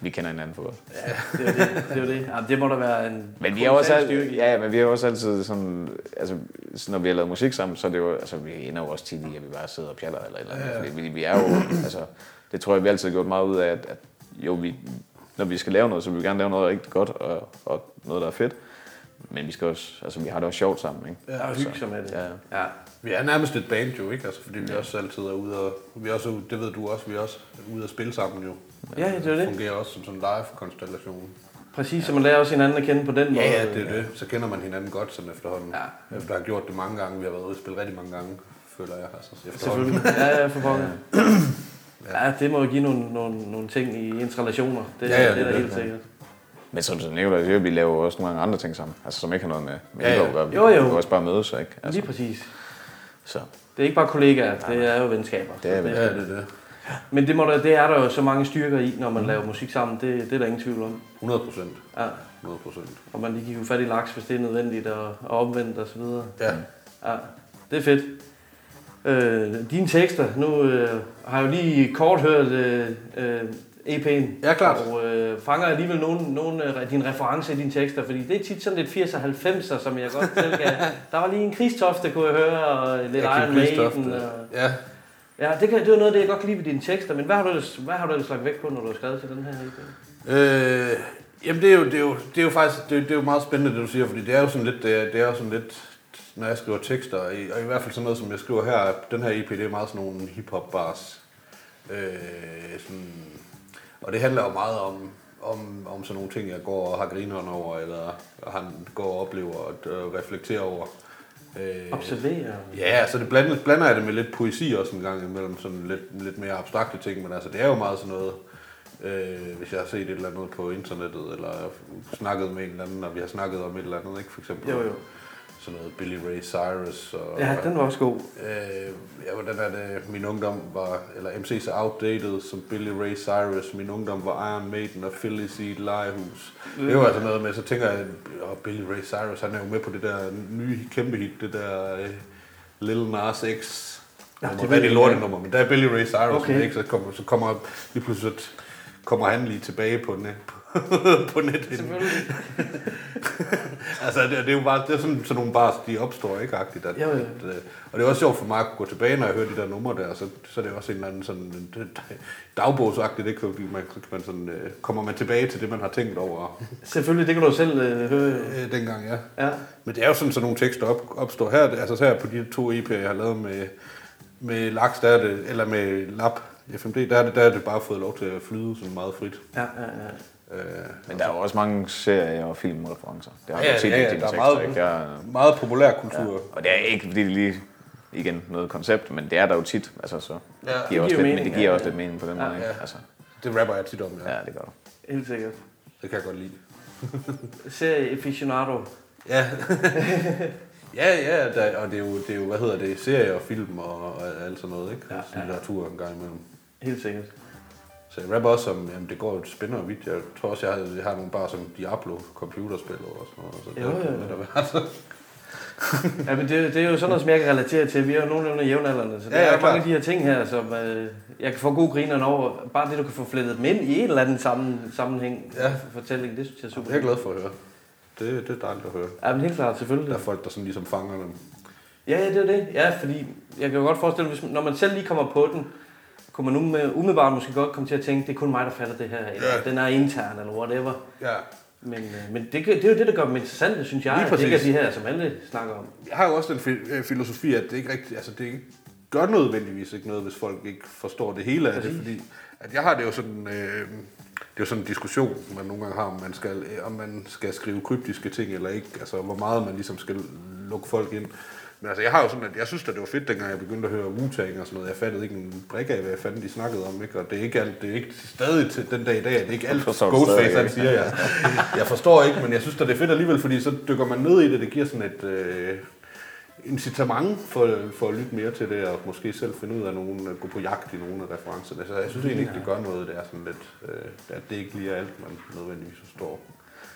Speaker 10: Vi kender hinanden for godt.
Speaker 9: Det er jo det. Det, er jo det. Jamen, det må da være en
Speaker 10: Men vi har også
Speaker 9: kolossal
Speaker 10: altid,
Speaker 9: styrke i.
Speaker 10: ja, ja, men vi har også altid sådan, altså, sådan, når vi har lavet musik sammen, så er det jo, altså, vi ender jo også tit i, at vi bare sidder og pjatter eller et eller andet, ja, ja. fordi vi, vi er jo, altså, det tror jeg, vi altid har gjort meget ud af, at, at jo, vi, når vi skal lave noget, så vil vi gerne lave noget rigtig godt og, og noget, der er fedt, men vi skal også, altså, vi har det også sjovt sammen, ikke?
Speaker 9: Og hygge sig med det.
Speaker 10: Altså, Ja, ja.
Speaker 9: ja.
Speaker 6: Vi er nærmest et band jo, ikke? Altså, fordi vi også altid er ude og... Vi er også, ude- det ved du også, vi er også ude og spille sammen jo.
Speaker 9: Ja, det er jo det.
Speaker 6: fungerer også som sådan en live-konstellation.
Speaker 9: Præcis, så man lærer også hinanden at kende på den måde.
Speaker 6: Ja, ja, det er det. Så kender man hinanden godt sådan efterhånden.
Speaker 9: Ja.
Speaker 6: Ja. Efter at have gjort det mange gange, vi har været ude og spille rigtig mange gange, føler jeg. Altså, efterhånden. [LAUGHS]
Speaker 9: Selvfølgelig. Ja, ja, for pokker. Ja, det må jo give nogle, nogle, nogle ting i ens relationer. Det,
Speaker 6: Ja, ja,
Speaker 9: det er
Speaker 6: det
Speaker 9: da
Speaker 6: er
Speaker 9: helt
Speaker 6: det.
Speaker 9: sikkert.
Speaker 10: Men som som Nicolaj siger, vi laver jo også nogle gange andre ting sammen, altså, som ikke har noget med, med
Speaker 6: Ja, ja.
Speaker 10: indgå at gøre. Vi-
Speaker 9: Jo, jo.
Speaker 10: Vi kan også bare mødes, ikke? Altså,
Speaker 9: Lige præcis.
Speaker 10: så,
Speaker 9: Det er ikke bare kollegaer, det er jo venskaber.
Speaker 10: det er vel.
Speaker 6: Ja, det er det.
Speaker 9: Men det, må der, det er der jo så mange styrker i, når man laver musik sammen. Det, det er der ingen tvivl om.
Speaker 6: 100 procent.
Speaker 9: Ja.
Speaker 6: 100 procent.
Speaker 9: Og man lige kan hive fat i laks, hvis det er nødvendigt, og, og omvendt osv.
Speaker 6: Ja.
Speaker 9: Ja, det er fedt. Øh, dine tekster, nu øh, har jeg jo lige kort hørt øh, øh, EP'en.
Speaker 6: Ja, klart.
Speaker 9: Og øh, fanger alligevel øh, nogle, nogle af dine referencer i dine tekster, fordi det er tit sådan lidt 80'er 90'er, som jeg godt selv kan.
Speaker 6: [LAUGHS]
Speaker 9: Der var lige en krigstofte, kunne jeg høre, og lidt
Speaker 6: Jeg kan
Speaker 9: Iron
Speaker 6: Krigstofte.
Speaker 9: Maiden. øh. Og,
Speaker 6: Ja.
Speaker 9: ja, det, kan, det er jo noget af det, jeg godt kan lide ved dine tekster, men hvad har du ellers, hvad har du ellers lagt vægt på, når du har skrevet til den her EP?
Speaker 6: Øh, jamen, det er, jo, det, er jo, det er jo faktisk det er, det er jo meget spændende, det du siger, fordi det er jo sådan lidt, det er, det er jo sådan lidt når jeg skriver tekster, og i, og i hvert fald sådan noget, som jeg skriver her, at den her EP, det er meget sådan nogle hip-hop-bars. Øh, sådan, og det handler jo meget om, om, om sådan nogle ting, jeg går og har grineren over, eller han går og oplever og øh, reflekterer over. Øh,
Speaker 9: Observere.
Speaker 6: Ja, så det blander, blander jeg det med lidt poesi også en gang imellem, sådan lidt, lidt mere abstrakte ting, men altså det er jo meget sådan noget, øh, hvis jeg har set et eller andet på internettet, eller snakket med en eller anden, og vi har snakket om et eller andet, ikke? For eksempel
Speaker 9: Jo, jo.
Speaker 6: sådan noget Billy Ray Cyrus, og
Speaker 9: Ja, den var også god.
Speaker 6: øh, ja, hvordan er det, min ungdom var, eller MC så outdated som Billy Ray Cyrus, min ungdom var Iron Maiden og Phillies i et legehus. Det var altså noget med, så tænker jeg, åh, Billy Ray Cyrus, han er jo med på det der nye kæmpe hit, det der øh, Lil Nas X. Ja, det
Speaker 9: det
Speaker 6: er
Speaker 9: ved
Speaker 6: rigtig
Speaker 9: jeg
Speaker 6: lortet
Speaker 9: ikke.
Speaker 6: nummer, men der er Billy Ray Cyrus,
Speaker 9: Okay.
Speaker 6: okay. ikke? Så, kommer, så kommer lige pludselig så t- kommer han lige tilbage på, net, [LAUGHS] på nettet. Altså, det, det er jo bare det er sådan, sådan nogle bars, de opstår, ikke? Agtigt, at,
Speaker 9: Jo, jo.
Speaker 6: At, øh, og det er også sjovt for mig at kunne gå tilbage, når jeg hører de der numre der, så, så er det også en eller anden sådan en d- dagbogsagtigt, ikke? Fordi man, så kan man sådan, øh, kommer man tilbage til det, man har tænkt over
Speaker 9: Selvfølgelig, det kan du selv øh, høre.
Speaker 6: øh, dengang, ja.
Speaker 9: Ja.
Speaker 6: Men det er jo sådan, sådan nogle tekster op, opstår her, altså så her på de to EP'er, jeg har lavet med, med Laks, der er det, eller med Lab, FMD, der er, det, der er det bare fået lov til at flyde sådan meget frit.
Speaker 9: Ja, ja, ja.
Speaker 6: Øh,
Speaker 10: Men der er jo også mange serier og filmreferencer. Det har
Speaker 6: Ja,
Speaker 10: du tit
Speaker 6: ja,
Speaker 10: i
Speaker 6: ja,
Speaker 10: dine
Speaker 6: der er
Speaker 10: tekster,
Speaker 6: meget-
Speaker 10: ikke? Der er,
Speaker 6: meget populær kultur. Ja.
Speaker 10: og det er ikke, fordi det lige igen noget koncept, men det er der jo tit. Altså, så ja, giver
Speaker 9: giver
Speaker 10: også lidt,
Speaker 9: mening,
Speaker 10: men det
Speaker 9: ja,
Speaker 10: giver
Speaker 9: ja.
Speaker 10: også lidt mening på den måde. Ikke?
Speaker 6: ja.
Speaker 10: Altså,
Speaker 6: Det rapper jeg tit om, ja.
Speaker 10: ja, det gør du.
Speaker 9: Helt sikkert.
Speaker 6: Det kan jeg godt lide.
Speaker 9: Serie aficionado.
Speaker 6: Ja. ja, ja, der, og det er, jo, det er jo, hvad hedder det, serier og film og, og alt sådan noget, ikke? Ja, ja. Litteratur en gang imellem.
Speaker 9: Helt sikkert.
Speaker 6: Så jeg rapper også om, jamen det går jo spændende og vidt. Jeg tror også, jeg har, jeg har nogle bare som Diablo computerspil og sådan noget. Så det
Speaker 9: Jo,
Speaker 6: er
Speaker 9: jo, jo.
Speaker 6: lidt af hvert.
Speaker 9: Ja, men det, det er jo sådan noget, som jeg kan relatere til. Vi er jo nogenlunde jævnaldrende, så der
Speaker 6: Ja,
Speaker 9: ja,
Speaker 6: ja,
Speaker 9: er
Speaker 6: klart.
Speaker 9: mange af de her ting her, som øh, jeg kan få god grineren over. Bare det, du kan få flettet dem ind i en eller anden sammen, sammenhæng,
Speaker 6: Ja.
Speaker 9: ja. fortælling, det synes jeg er super.
Speaker 6: Det er jeg glad for at høre. Det, det er dejligt at høre.
Speaker 9: Ja, men helt klart, selvfølgelig.
Speaker 6: Der er folk, der sådan ligesom fanger dem.
Speaker 9: Ja, ja, det er det. Ja, fordi jeg kan jo godt forestille mig, hvis, når man selv lige kommer på den, kunne man ume- umiddelbart måske godt komme til at tænke, det er kun mig, der fatter det her, eller
Speaker 6: Ja.
Speaker 9: ja. den er intern, eller whatever.
Speaker 6: Ja,
Speaker 9: Men, øh, men det, gør- det er jo det, der gør dem interessante, synes jeg.
Speaker 6: Lige
Speaker 9: at det ikke er
Speaker 6: præcis.
Speaker 9: de her, som alle snakker om.
Speaker 6: jeg har jo også den fi- øh, filosofi, at det ikke rigtig, altså det ikke gør nødvendigvis ikke noget, hvis folk ikke forstår det hele af det, fordi at jeg har det jo sådan, øh, det er jo sådan en diskussion, man nogle gange har, om man skal, øh, om man skal skrive kryptiske ting eller ikke, altså hvor meget man ligesom skal lukke folk ind. Men altså, jeg har jo sådan, at jeg synes, at det var fedt, dengang jeg begyndte at høre wu og sådan noget. Jeg fattede ikke en brik af, hvad fanden de snakkede om, ikke? Og det er ikke alt, det er ikke stadig til den dag i dag, at det er ikke alt,
Speaker 10: forstår det
Speaker 6: Ghostface,
Speaker 10: stadig
Speaker 6: han siger, jeg, jeg forstår ikke, men jeg synes, at det er fedt alligevel, fordi så dykker man ned i det, det giver sådan et, øh, incitament for, for at lytte mere til det, og måske selv finde ud af nogle, at gå på jagt i nogle af referencerne. Så jeg synes egentlig ikke, det gør noget, det er sådan lidt, øh, at det ikke lige er alt, man nødvendigvis forstår.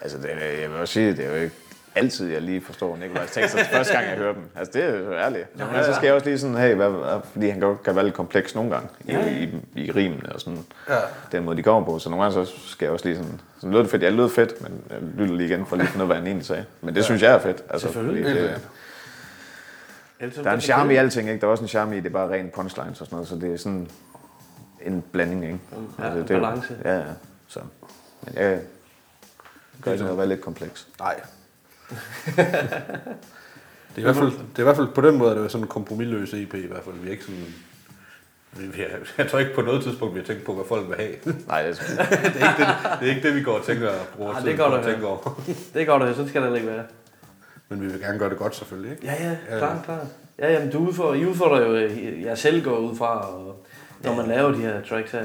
Speaker 10: Altså, det, er- jeg vil også sige, det er jo ikke altid, jeg lige forstår Nikolajs tekster første gang, jeg hører dem. Altså, det er jo ærligt. Men så skal jeg også lige sådan, hey, hvad, hvad, fordi han godt kan være lidt kompleks nogle gange i, i, i rimene og sådan. Ja. Den måde, de kommer på. Så nogle gange så skal jeg også lige sådan, så lød det fedt. Ja, det lød fedt, men jeg lytter lige igen for lige at finde ud af, hvad han egentlig sagde. Men det ja. synes jeg er fedt. Altså, Selvfølgelig. Fordi det,
Speaker 9: Ellers så-
Speaker 10: der er en charme i alting, ikke? Der er også en charme i, at det er bare ren punchlines og sådan noget, så det er sådan en blanding, ikke?
Speaker 9: Mm.
Speaker 10: Altså,
Speaker 9: Ja, en
Speaker 10: jo-
Speaker 9: balance.
Speaker 10: Ja, ja. Så. Men jeg gør ikke noget at være lidt kompleks.
Speaker 6: Nej. det, er i hvert fald, det er i hvert fald på den måde, at det er sådan en kompromilløs EP i hvert fald. Vi er ikke sådan... Vi, vi er, jeg tror ikke på noget tidspunkt, vi har tænkt på, hvad folk vil have. det,
Speaker 10: Nej, det er sådan.
Speaker 6: er ikke det, det er ikke det, vi går og tænker og bruger
Speaker 9: Ah, det
Speaker 6: tiden
Speaker 9: går
Speaker 6: på
Speaker 9: da
Speaker 6: at
Speaker 9: her.
Speaker 6: tænke over.
Speaker 9: Det er godt, og sådan skal det heller ikke være.
Speaker 6: Men vi vil gerne gøre det godt selvfølgelig, ikke?
Speaker 9: Ja, ja, klart, klart. Ja, jamen, du udfordrer, I udfordrer jo, øh, jeg selv går ud fra, og når man laver de her tracks her.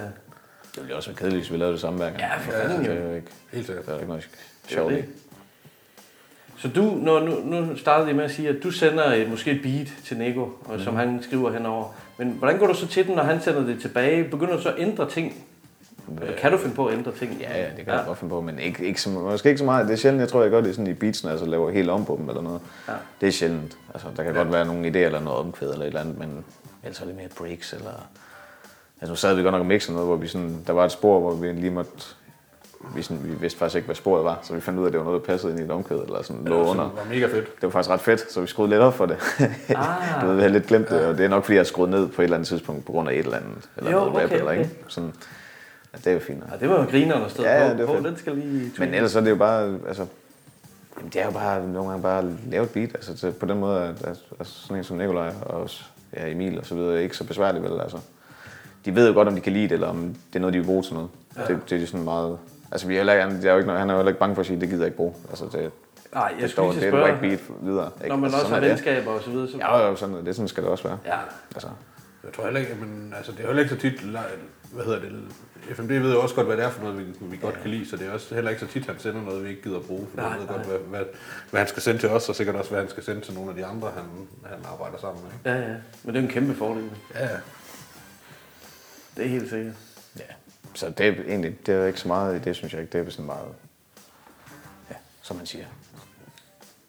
Speaker 10: Det ville også være kedeligt, hvis vi lavede det samme hver gang. Ja, for
Speaker 9: fanden,
Speaker 10: det
Speaker 9: jo.
Speaker 10: er jo ikke,
Speaker 6: Helt sikkert.
Speaker 10: der er ikke noget sjovt
Speaker 9: det.
Speaker 10: i.
Speaker 9: Så du, når, nu, nu startede I med at sige, at du sender et, måske et beat til Nico,
Speaker 10: Mhm.
Speaker 9: mm. som han skriver henover. Men hvordan går du så til den, når han sender det tilbage? Begynder du så at ændre ting? Eller kan du finde på at ændre ting?
Speaker 10: Ja, ja, det kan ja. jeg godt finde på, men ikke, ikke så, måske ikke så meget. Det er sjældent, jeg tror, jeg gør det sådan i beatsen, altså laver helt om på dem eller noget. Ja. Det er sjældent. Altså, der kan ja. godt være nogle idéer eller noget omkvæd eller et eller andet, men ellers er det mere breaks eller... Altså, nu sad vi godt nok og mixede noget, hvor vi sådan, der var et spor, hvor vi lige måtte... Vi, sådan, vi vidste faktisk ikke, hvad sporet var, så vi fandt ud af, at det var noget, der passede ind i et omkvæd eller sådan lå
Speaker 6: Det
Speaker 10: under.
Speaker 6: var mega fedt.
Speaker 10: Det var faktisk ret fedt, så vi skruede lidt op for det. Ah. [LAUGHS] du ved, vi havde lidt glemt det, og det er nok, fordi jeg har skruet ned på et eller andet tidspunkt på grund af et eller andet. Eller
Speaker 9: Jo,
Speaker 10: noget rap
Speaker 9: okay,
Speaker 10: eller
Speaker 9: okay.
Speaker 10: ikke. Sådan, ja, det er jo fint. nok.
Speaker 9: Ja, det var jo grineren at stå
Speaker 10: Ja, ja,
Speaker 9: på.
Speaker 10: det var
Speaker 9: Hov,
Speaker 10: fedt.
Speaker 9: den skal lige...
Speaker 10: Men ellers så er det jo bare, altså, jamen, det er jo bare nogle gange bare at lave et beat. Altså, så på den måde er er- er sådan en som Nikolaj og også, ja, Emil og så videre ikke så besværligt, vel? Altså, de ved jo godt, om de kan lide det, eller om det er noget, de vil bruge til noget. Ja. Det, det, er sådan meget... Altså, vi er heller ikke, han, er jo ikke, han er jo heller ikke bange for at sige, det gider jeg ikke bruge. Altså, det,
Speaker 9: Nej, jeg skulle
Speaker 10: det står,
Speaker 9: lige til
Speaker 10: det
Speaker 9: at
Speaker 10: er et
Speaker 9: spørge,
Speaker 10: beat videre. Ikke?
Speaker 9: når man
Speaker 10: altså,
Speaker 9: også har
Speaker 10: sådan er det.
Speaker 9: venskaber og så videre. Så...
Speaker 10: Ja, jo, sådan, er det sådan skal det også være.
Speaker 9: ja.
Speaker 10: Altså,
Speaker 6: Jeg tror heller ikke, men altså, det er heller ikke så tit, la- hvad hedder det, FMD ved jo også godt, hvad det er for noget, vi, vi godt kan lide, så det er også heller ikke så tit, han sender noget, vi ikke gider at bruge, for han ved godt, hvad, hvad, hvad, han skal sende til os, og sikkert også, hvad han skal sende til nogle af de andre, han, han arbejder sammen med.
Speaker 9: ja, ja. Men det er jo en kæmpe fordel.
Speaker 6: Ja, ja.
Speaker 9: Det er helt sikkert.
Speaker 10: ja. Så det er egentlig, det er ikke så meget i det, synes jeg ikke. Det er sådan meget, ja, som man siger.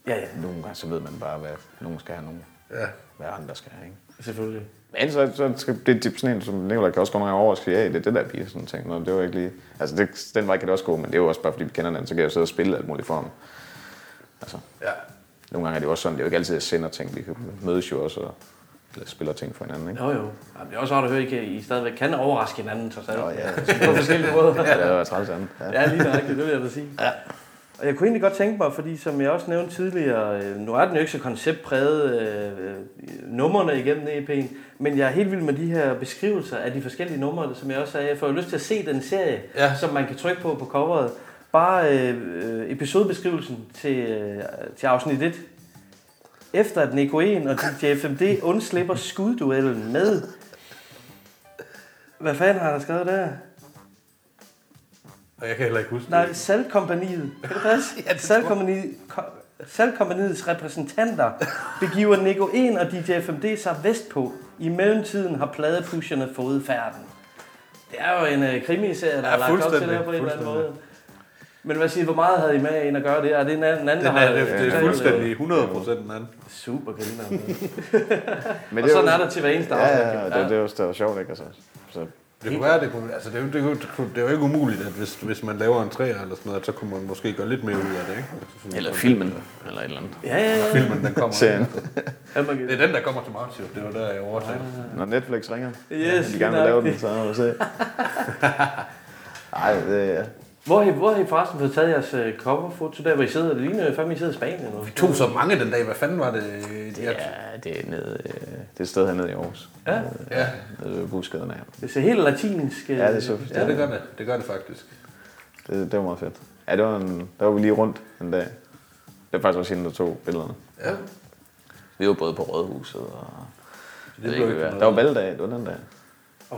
Speaker 9: Ja, ja,
Speaker 10: Nogle gange så ved man bare, hvad nogen skal have, nogen,
Speaker 6: ja.
Speaker 10: hvad andre skal have. Ikke?
Speaker 9: selvfølgelig.
Speaker 10: Men så, så skal- det er typ sådan en, som Nicolaj kan også komme over og sige, ja, det er det der pige, sådan ting. Nå, det var ikke lige... Altså, det, den vej kan det også gå, men det er jo også bare, fordi vi kender den, så kan jeg jo sidde og spille alt muligt for ham. Altså,
Speaker 6: ja.
Speaker 10: nogle gange er det jo også sådan, det er jo ikke altid, at jeg sender ting. Vi kan mødes jo også og eller spiller ting for hinanden, ikke?
Speaker 9: Jo, jo. Jamen, det er også rart at høre, at I, kan, I stadigvæk kan overraske hinanden, trods alt.
Speaker 10: Nå, ja.
Speaker 9: På forskellige måder.
Speaker 10: [LAUGHS] Ja, det er jo træls andet. Ja.
Speaker 9: Ja, lige nøjagtigt, det vil jeg da sige. Ja. Og jeg kunne egentlig godt tænke mig, fordi som jeg også nævnte tidligere, øh, nu er den jo ikke så konceptpræget øh, øh, numrene igennem EP'en, men jeg er helt vild med de her beskrivelser af de forskellige numre, som jeg også sagde. Jeg får jo lyst til at se den serie,
Speaker 6: Ja.
Speaker 9: ja. som man kan trykke på på coveret. Bare øh, øh, episodebeskrivelsen til, øh, til afsnit 1. Efter at Nico 1 og DJ FMD undslipper skudduellen med... Hvad fanden har han skrevet der?
Speaker 6: Og jeg kan heller ikke huske
Speaker 9: Nej,
Speaker 6: det.
Speaker 9: Salgkompaniet. Kan det passe? ja, det Salgkompaniet, ko- Salgkompaniets repræsentanter begiver Nico 1 og DJ FMD sig vestpå. I mellemtiden har pladepusherne fået færden. Det er jo en øh, krimiserie, der
Speaker 6: Ja,
Speaker 9: er lagt op til
Speaker 6: fuldstændig,
Speaker 9: det her på en eller anden
Speaker 6: fuldstændig.
Speaker 9: måde. Men hvad siger, hvor meget havde I med en at gøre det? Er det en anden, en anden
Speaker 6: Den
Speaker 9: der har
Speaker 6: er, det, det
Speaker 9: Ja,
Speaker 6: er fuldstændig 100 procent den anden.
Speaker 9: Super griner.
Speaker 10: Men
Speaker 9: Og sådan er der til hver eneste
Speaker 10: Ja,
Speaker 9: afsnit.
Speaker 10: ja, det, det er jo det er jo sjovt, ikke? Altså. Så,
Speaker 6: Det kunne være, det kunne, altså det, er jo- det, kunne, det, kunne, det er jo ikke umuligt, at hvis, hvis man laver en træer eller sådan noget, så kunne man måske gøre lidt mere ud af det, ikke? Altså, sådan-
Speaker 11: Eller filmen, eller et eller andet.
Speaker 9: Ja, ja, ja.
Speaker 6: Filmen, den kommer.
Speaker 10: serien.
Speaker 9: Ja, man kan-
Speaker 6: Det er den, der kommer til marts, jo. Det var der, jeg overtalte.
Speaker 10: Når Netflix ringer,
Speaker 9: Yes,
Speaker 10: yes, de gerne vil
Speaker 9: lige
Speaker 10: lave
Speaker 9: nøjagtigt.
Speaker 10: den, så må vi se. [LAUGHS] Ej, det er...
Speaker 9: Hvor har I, hvor har I forresten fået taget jeres øh, coverfoto der, hvor I sidder? Det ligner jo fandme, I sidder i Spanien. Eller?
Speaker 6: Vi tog så mange den dag. Hvad fanden var det? Jeg,
Speaker 11: Ja, det er nede... Øh,
Speaker 10: Det er et sted hernede i Aarhus.
Speaker 9: Ja,
Speaker 6: ja,
Speaker 10: Nede ved busgaderne her.
Speaker 9: det ser helt latinsk. øh,
Speaker 10: Ja, det er så ja.
Speaker 6: ja, det gør det. Det gør det faktisk.
Speaker 10: det, det var meget fedt. Ja, det var en, der var vi lige rundt en dag. Det var faktisk også hende, der tog billederne.
Speaker 6: Ja.
Speaker 11: vi var både på Rådhuset og...
Speaker 6: Så
Speaker 11: Det
Speaker 6: det
Speaker 11: er
Speaker 6: blev
Speaker 11: ikke
Speaker 6: ikke
Speaker 11: værd.
Speaker 6: noget.
Speaker 10: Der var valgdag, det var den dag.
Speaker 9: øh,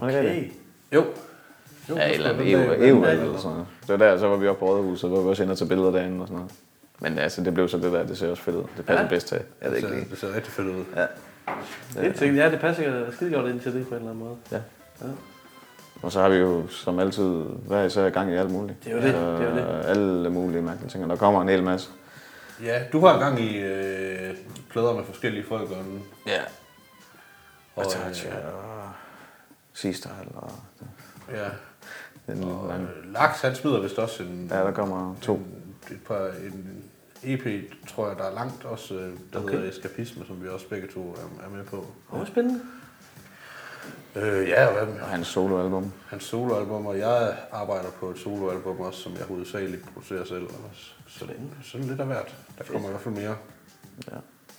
Speaker 9: Okay.
Speaker 6: Jo. jo
Speaker 11: Ja, et eller andet EU, ikke?
Speaker 10: EU E eller sådan noget. Det var der, så var vi oppe på Rådhuset, hvor vi også inde og tage billeder derinde og sådan noget. Men altså, det blev så det der, det ser også fedt ud. Det passer ja. bedst til. Jeg ved ikke lige.
Speaker 6: Det ser rigtig fedt ud.
Speaker 9: Det tænkte jeg, det passer skide godt ind til det på en eller anden måde.
Speaker 10: Og så har vi jo som altid hver især gang i alt muligt.
Speaker 9: Det er jo det,
Speaker 10: Så
Speaker 9: det er jo det.
Speaker 10: Alle mulige mærkelige ting, og der kommer en hel masse.
Speaker 6: Ja, du har gang i øh, plader med forskellige folk. Og, en-
Speaker 11: Ja,
Speaker 6: og
Speaker 10: Tatja og Seastyle og
Speaker 6: øh, ja.
Speaker 10: den lille lange.
Speaker 6: Øh, Laks, han smider vist også en,
Speaker 10: Ja, der kommer to.
Speaker 6: et par, en EP, tror jeg, der er langt også, øh, der okay. hedder Eskapisme, som vi også begge to er, er med på.
Speaker 9: Åh, spændende.
Speaker 6: Øh, ja, og hvad med
Speaker 10: Og hans soloalbum.
Speaker 6: hans soloalbum, og jeg arbejder på et soloalbum også, som jeg hovedsageligt producerer selv. Også. Så det er sådan lidt af hvert. Der kommer i hvert fald mere.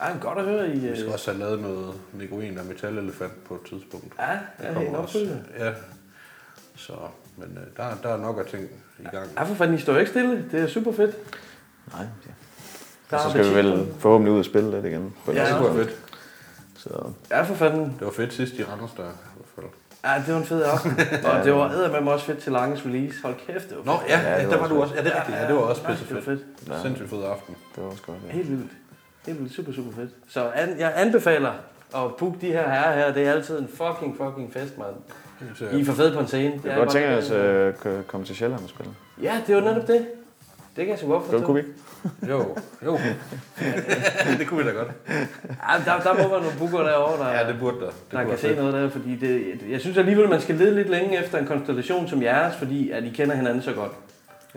Speaker 9: Ej, men godt at høre i...
Speaker 6: Vi skal
Speaker 9: øh,
Speaker 6: også have lavet noget Nicoen og Metalelefant på et tidspunkt.
Speaker 9: Ja, ja, helt opfølgende.
Speaker 6: også. Ja. Så, men øh, der, der er nok af ting i gang.
Speaker 9: Ja, for fanden, I står ikke stille. Det er super fedt.
Speaker 10: Nej, ja.
Speaker 9: Der
Speaker 10: Så
Speaker 9: er
Speaker 10: skal vi
Speaker 9: appetit.
Speaker 10: vel forhåbentlig ud og spille lidt igen. På et
Speaker 9: Ja.
Speaker 6: Det
Speaker 10: tidspunkt.
Speaker 6: var fedt.
Speaker 10: Så
Speaker 9: Ja, for fanden.
Speaker 6: Det var fedt sidst i Randers, der i hvert fald.
Speaker 9: Ja, det var en fed
Speaker 10: [LAUGHS]
Speaker 9: aften. Og det var eddermame også fedt til Langes release. Hold kæft, det var
Speaker 6: Nå,
Speaker 9: fedt.
Speaker 6: ja, ja, der var du også. Ja, det er rigtigt. Ja, det var også pisse
Speaker 9: det var
Speaker 6: fedt.
Speaker 9: fedt.
Speaker 6: Sindssygt fed [LAUGHS] aften.
Speaker 10: det var også godt. Ja.
Speaker 9: Helt vildt. Helt vildt. Super, super fedt. Så an, jeg anbefaler at booke de her herrer her. Det er altid en fucking, fucking fest, mand. I er for fede på en scene. Det
Speaker 10: Jeg
Speaker 9: er
Speaker 10: kunne godt tænke
Speaker 9: bare-
Speaker 10: os at øh, komme til Sjælland og spille.
Speaker 9: Ja, det er jo netop det. Det kan jeg så godt forstå.
Speaker 10: Det kunne vi ikke.
Speaker 6: Jo, jo. [LAUGHS] det kunne vi da godt.
Speaker 9: Ja, der, der må være nogle booker derovre, der,
Speaker 6: Ja, det burde der. Det
Speaker 9: der
Speaker 6: kunne
Speaker 9: kan
Speaker 6: være
Speaker 9: se
Speaker 6: fedt.
Speaker 9: noget der. Fordi det, jeg synes alligevel, man skal lede lidt længe efter en konstellation som jeres, fordi at I kender hinanden så godt.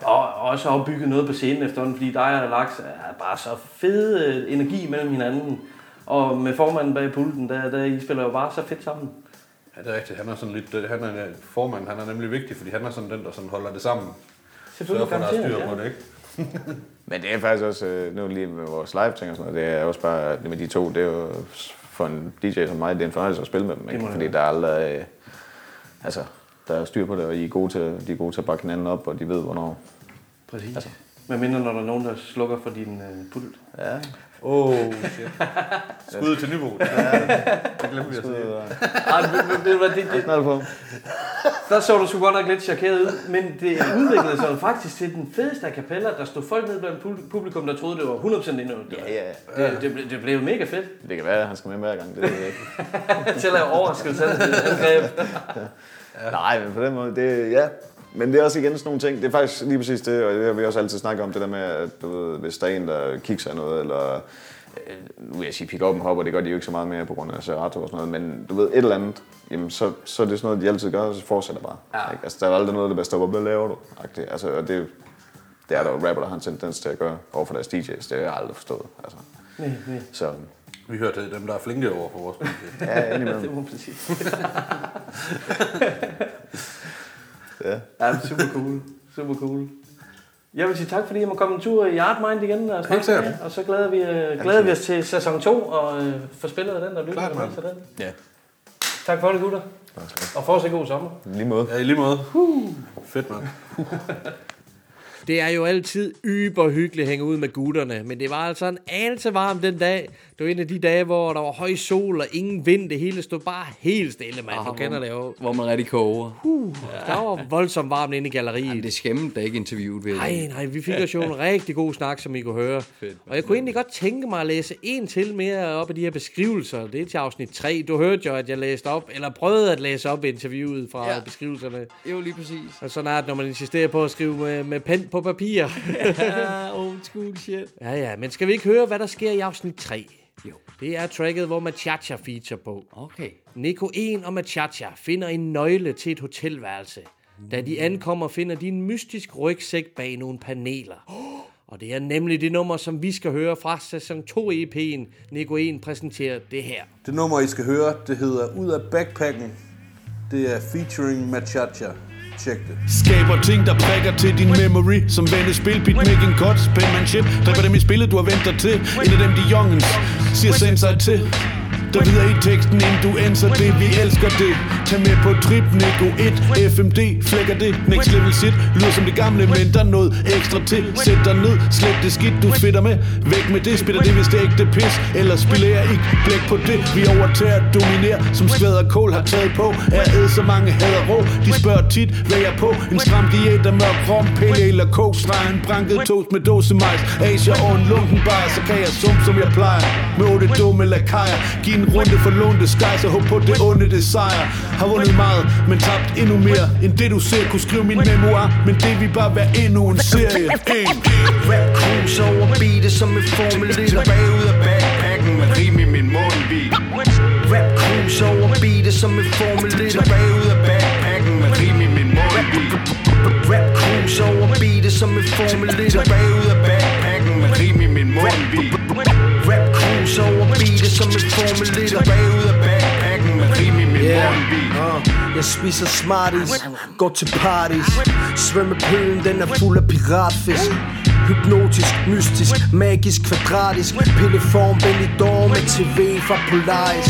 Speaker 9: Og og også har opbygget noget på scenen efterhånden, fordi dig og Laks er bare så fed øh, energi mellem hinanden. Og med formanden bag pulten, der, der I spiller jo bare så fedt sammen.
Speaker 6: Ja, det er rigtigt. Han er sådan lidt, øh, han er formand, han er nemlig vigtig, fordi han er sådan den, der sådan holder det sammen. Sørger
Speaker 9: Selvfølgelig
Speaker 6: for, at der er styr
Speaker 9: garanteret,
Speaker 6: på
Speaker 9: ja.
Speaker 6: det, ikke?
Speaker 10: Men det er faktisk også, øh, nu lige med vores live-ting og sådan noget, det er også bare, det med de to, det er jo for en DJ som mig, det er en fornøjelse at spille med dem, ikke? fordi der er aldrig, øh, altså, der er styr på det, og I er gode til, de er gode til at bakke hinanden op, og de ved, hvornår.
Speaker 9: Præcis. Altså. Hvad mindre, når der er nogen, der slukker for din øh, pult?
Speaker 10: Ja,
Speaker 6: Åh, oh,
Speaker 9: [LAUGHS]
Speaker 6: shit. Skud til Nybo. det glemte vi at sige.
Speaker 9: Ej, men- men- men- men det, det,
Speaker 10: knald på.
Speaker 9: Der så du sgu godt nok lidt chokeret ud, men det udviklede sig jo faktisk til den fedeste a cappella. Der stod folk nede blandt pul- publikum, der troede, det var 100% indøvet.
Speaker 10: Ja, ja,
Speaker 9: Det, det, blev, det blev mega fedt
Speaker 10: det kan være, at han skal med hver gang, det ved jeg ikke.
Speaker 9: [LAUGHS] til at lave overraskelse. angreb.
Speaker 10: Nej, men på den måde, det ja. Men det er også igen sådan nogle ting, det er faktisk lige præcis det, og det har vi også altid snakket om, det der med, at du ved, hvis der er en, der kigger af noget, eller øh, nu vil jeg sige pick up en hopper, det gør de jo ikke så meget mere på grund af Serato og sådan noget, men du ved, et eller andet, jamen så, så er det sådan noget, de altid gør, og så fortsætter bare. Ja. Ikke? Altså, der er aldrig noget, der bare stopper, hvad laver du? Agtigt. Altså, og det, det er der jo rapper, der har en tendens til at gøre overfor deres DJ's, det har jeg aldrig forstået. Altså. Så
Speaker 6: Vi hørte dem, der er flinke over for vores budget.
Speaker 10: ja,
Speaker 9: [LAUGHS]
Speaker 10: indimellem.
Speaker 9: Det må man sige.
Speaker 10: Ja.
Speaker 9: [LAUGHS] Ja, men super cool. Super cool. Jeg vil sige tak, fordi jeg må komme en tur i Artmind igen. Og, snakke
Speaker 6: sikkert.
Speaker 9: med jer. og så glæder vi, øh, glæder vi os til sæson 2 og øh, få spillet af den og lytte
Speaker 6: Klart, mand.
Speaker 9: til den.
Speaker 11: ja.
Speaker 9: Tak for det, gutter. Og fortsat god sommer.
Speaker 10: Lige måde.
Speaker 6: Ja, i lige måde. Fedt, mand.
Speaker 4: Det er jo altid yberhyggeligt at hænge ud med gutterne, men det var altså en anelse varm den dag. Det var en af de dage, hvor der var høj sol og ingen vind. Det hele stod bare helt stille, mand.
Speaker 9: Ah,
Speaker 4: Du kender det jo.
Speaker 5: Hvor man rigtig koger.
Speaker 4: Uh, der var voldsomt varmt inde i galleriet.
Speaker 5: Det skæmmer da ikke interviewet ved.
Speaker 4: Nej, nej, vi fik også jo en rigtig god snak, som I kunne høre. Og jeg kunne egentlig godt tænke mig at læse en til mere op af de her beskrivelser. Det er til afsnit 3. Du hørte jo, at jeg læste op, eller prøvede at læse op interviewet fra ja.
Speaker 5: Ja.
Speaker 4: beskrivelserne.
Speaker 5: Jo, lige
Speaker 9: [LAUGHS]
Speaker 5: præcis.
Speaker 4: Og sådan er det, når man insisterer på at skrive med, med pen på papir.
Speaker 5: Ah, old school shit.
Speaker 4: ja, ja, men skal vi ikke høre, hvad der sker i afsnit 3? Jo. Det er tracket, hvor Machacha feature på.
Speaker 5: Okay.
Speaker 4: Nico 1 og Machacha finder en nøgle til et hotelværelse. Da de ankommer, finder de en mystisk rygsæk bag nogle paneler. Og det er nemlig det nummer, som vi skal høre fra sæson 2 EP'en. Nico 1 præsenterer det her.
Speaker 6: Det nummer, I skal høre, det hedder Ud af backpacken. Det er featuring Machacha. Tjek det.
Speaker 12: Skaber ting, der prikker til din memory Som vendes spil, beatmaking, cuts, penmanship Dræber dem i spillet, du har ventet dig til En af dem, de youngens, siger send sig til Der videre i teksten, inden du enser det Vi elsker det Tag med på trip, Nico 1, FMD Flækker det, next level shit Lyder som det gamle, men der er noget ekstra til Sæt dig ned, slet det skidt, du fedter med Væk med det, spiller det, hvis det er ægte pis Ellers spiller jeg ikke blæk på det Vi overtager, dominerer, som sved og kål har taget på Er æd så mange hader rå De spørger tit, hvad jeg er på En stram diæt af mørk rom, pille eller coke Stregen branket toast med dåsemajs Asia og en lunken bar, så kan jeg sumpe som jeg plejer Med otte dumme lakajer Giv en runde for lånte sky, så håb på det onde det sejr Har vundet meget, men tabt endnu mere End det du ser, kunne skrive min memoir Men det vil bare være endnu en serie en.
Speaker 13: Rap cruise over beatet som en formel liter Bagud af backpacken med rim i min mundvin Rap cruise over beatet som en formel liter Bagud af backpacken med rim i min mundvin Rap cruise over beatet som en formel liter Bagud af backpacken med rim i min mundvin Rap cruise over beatet som en formel liter Bagud af backpacken med rim i min mundvin
Speaker 14: Uh, Jeg spiser smarties, går til parties Svømmepølen den er fuld af piratfisk Hypnotisk, mystisk, magisk, kvadratisk Pilleform, Benidorm med TV fra Polaris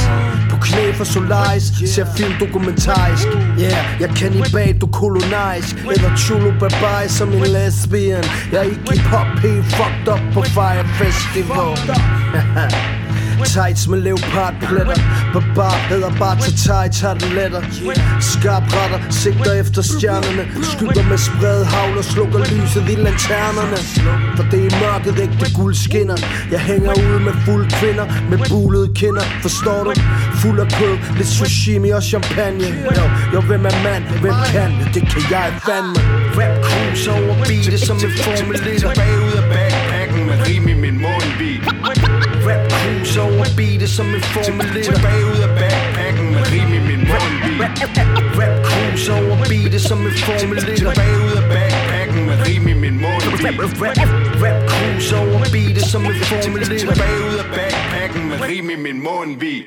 Speaker 14: På knæ for Solaris, ser film dokumentarisk Yeah, jeg kan i bag, du kolonarisk Eller chulo bye som en lesbian Jeg er ikke hip-hop, helt fucked up på Fire Festival Tights med leopardpletter Barbar hedder bare til tights har det letter Skarpretter sigter efter stjernerne Skyder med spredt havl og slukker lyset i lanternerne For det er mørket ægte guld skinner Jeg hænger ud med fulde kvinder Med bulede kinder, forstår du? Fuld af kød, lidt sashimi og champagne Jo, jo hvem er mand, hvem kan? Det kan jeg fandme
Speaker 13: Rap cruise over beatet som en formel liter Bagud af backpacken med rim i min mundvin Rap cruise over beatet som en formel liter Bagud af backpacken med rim i min mundvin Rap cruise over beatet som en formel liter Bagud af backpacken med rim i min mundvin Rap cruise over beatet som en formel liter Bagud af backpacken med rim i min mundvin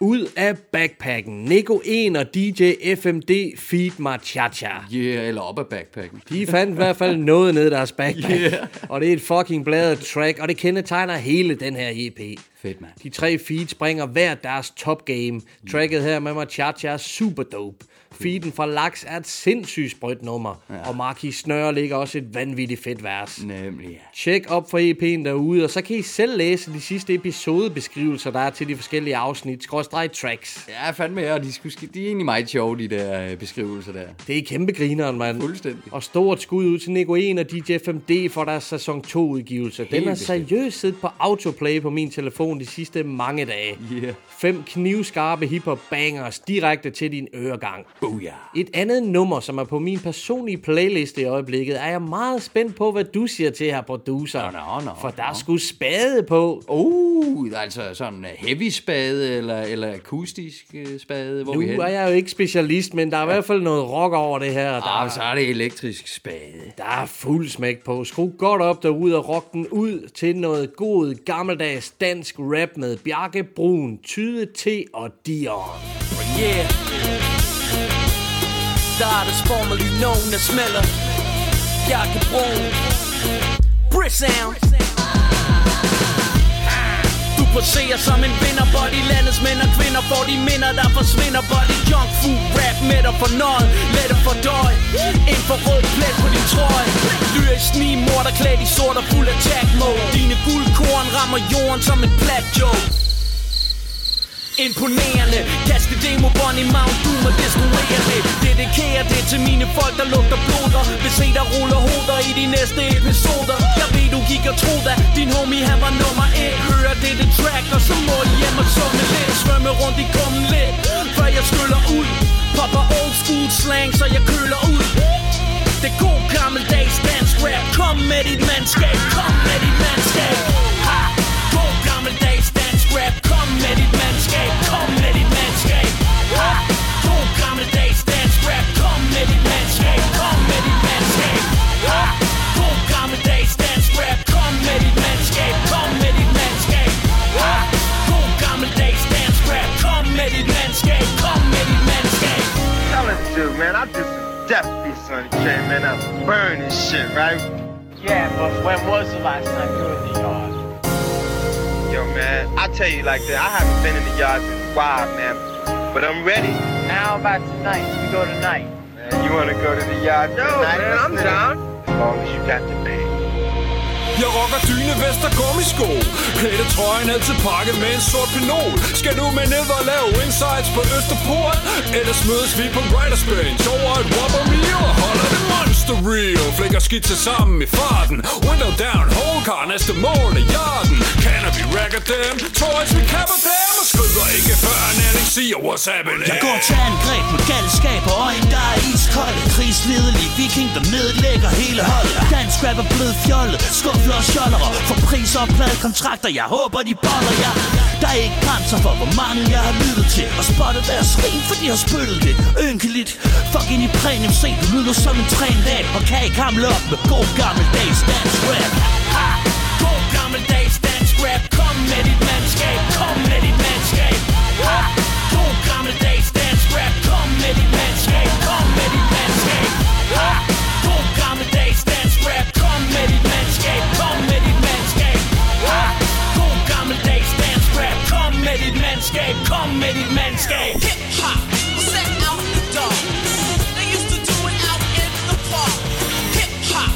Speaker 4: Ud af backpacken. Nico 1 og DJ FMD Feed Machacha.
Speaker 5: Yeah, eller op af backpacken.
Speaker 4: De fandt i hvert fald noget ned i deres backpack. Yeah. Og det er et fucking bladet track, og det kendetegner hele den her EP.
Speaker 5: Fedt, mand.
Speaker 4: De tre feeds bringer hver deres top game. Tracket her med Machacha er super dope. Feeden fra Laks er et sindssygt sprødt nummer. Ja. Og Marki Snøre ligger også et vanvittigt fedt vers.
Speaker 5: Nemlig, ja.
Speaker 4: Tjek op for EP'en derude, og så kan I selv læse de sidste episodebeskrivelser, der er til de forskellige afsnit, skråstreg tracks.
Speaker 5: Ja, fandme ja, og de, skulle, sk- de er egentlig meget sjove, de der øh, beskrivelser der.
Speaker 4: Det er kæmpe grineren, mand.
Speaker 5: Fuldstændig.
Speaker 4: Og stort skud ud til Nico 1 og DJ 5D for deres sæson 2 udgivelse. Den har
Speaker 5: bestemt.
Speaker 4: seriøst siddet på autoplay på min telefon de sidste mange dage.
Speaker 5: Yeah.
Speaker 4: Fem knivskarpe hiphop bangers direkte til din øregang.
Speaker 5: Booyah.
Speaker 4: Et andet nummer, som er på min personlige playliste i øjeblikket, er jeg meget spændt på, hvad du siger til her, producer.
Speaker 5: Nå, nå, nå,
Speaker 4: For der er
Speaker 5: nå.
Speaker 4: sgu spade på.
Speaker 5: Uh, altså sådan en heavy spade, eller, eller akustisk øh, spade, hvor
Speaker 4: Nu
Speaker 5: vi hen?
Speaker 4: er jeg jo ikke specialist, men der er i hvert fald noget rock over det her. Der
Speaker 5: Ah, så er det elektrisk spade.
Speaker 4: Der er fuld smæk på. Skru godt op derude og rock den ud til noget god gammeldags dansk rap med Bjarke Brun, Tyde T og Dion.
Speaker 14: Yeah. The artist formerly known as Miller. Y'all can boom. Brick sound.
Speaker 15: poserer som en vinder Body landets mænd og kvinder får de minder der forsvinder Body junk food rap med dig for nøjet Let at fordøje En for rød plet på din trøje Lyrisk sni morder klædt i sort og fuld af tag mode Dine guldkorn rammer jorden som et black joke Imponerende Kaste demobånd i Mount Doom og destruere det Dedikerer det til mine folk, der lugter blod Og vil se dig rulle hoder i de næste episoder Jeg ved, du gik og troede, at din homie han var nummer et Hører det det track, og så må I hjem og summe lidt Svømme rundt i kummen lidt, før jeg skyller ud Popper old school slang, så jeg køler ud Det er god gammeldags dansk rap Kom med dit mandskab, kom med dit mandskab ha! God gammeldags dansk rap Kom med dit mandskab, kom med dit mandskab ha! God gammeldags dansk rap Kom med dit mandskab, kom med dit mandskab ha! God gammeldags dansk rap Kom med dit mandskab, kom med dit mandskab ha! God gammeldags dansk rap Kom med dit mandskab, kom med dit mandskab
Speaker 16: Tell us, dude, man, I just death piece on the chain, man. I burn this shit, right? Yeah, but when was the last time you were in the yard? Yo, man, I tell you like that, I haven't been in the yard in a while, man. But I'm ready. Now about tonight, we go tonight. Man, you wanna go to the yard
Speaker 17: Yo,
Speaker 16: tonight?
Speaker 17: man, I'm
Speaker 16: Listen,
Speaker 17: down.
Speaker 16: As long as you got the pay.
Speaker 17: Jeg rocker dyne, vest og gummisko Plætte trøjen altid pakket med en sort pinol Skal du med ned og lave insights på Østerport? Ellers mødes vi på Writers Bench Over et Whopper Meal og holder det monster real Flækker skidt til sammen i farten Window down, whole car, næste mål er jarden Kan vi racker dem? Toys, vi kapper dem Og skyder ikke før en Alex siger what's happening
Speaker 15: Jeg går til angreb med galskab og øjne, der er iskolde Krigsledelig viking, der nedlægger hele holdet Dansk rap er blevet fjollet, skuffler og sjollere For priser og pladekontrakter, jeg håber de boller jer Der er ikke grænser for, hvor mange jeg har lyttet til Og spottet deres rim, for de har spyttet det Ynkeligt, fucking i præmium Se, du lyder som en trændag Og kan ikke hamle op med god gammeldags dansk rap Ha! God gammeldags dansk rap Kom med dit mandskab, kom med dit mandskab Ha! God gammeldags dansk rap Kom med dit mandskab, kom med dit mandskab Ha! God gammeldags dansk rap Kom med dit mandskab, kom med dit mandskab Ha! God gammeldags dansk rap Kom med dit mandskab, kom med dit mandskab Hip-hop, set out the door They used to do it out in the park Hip-hop,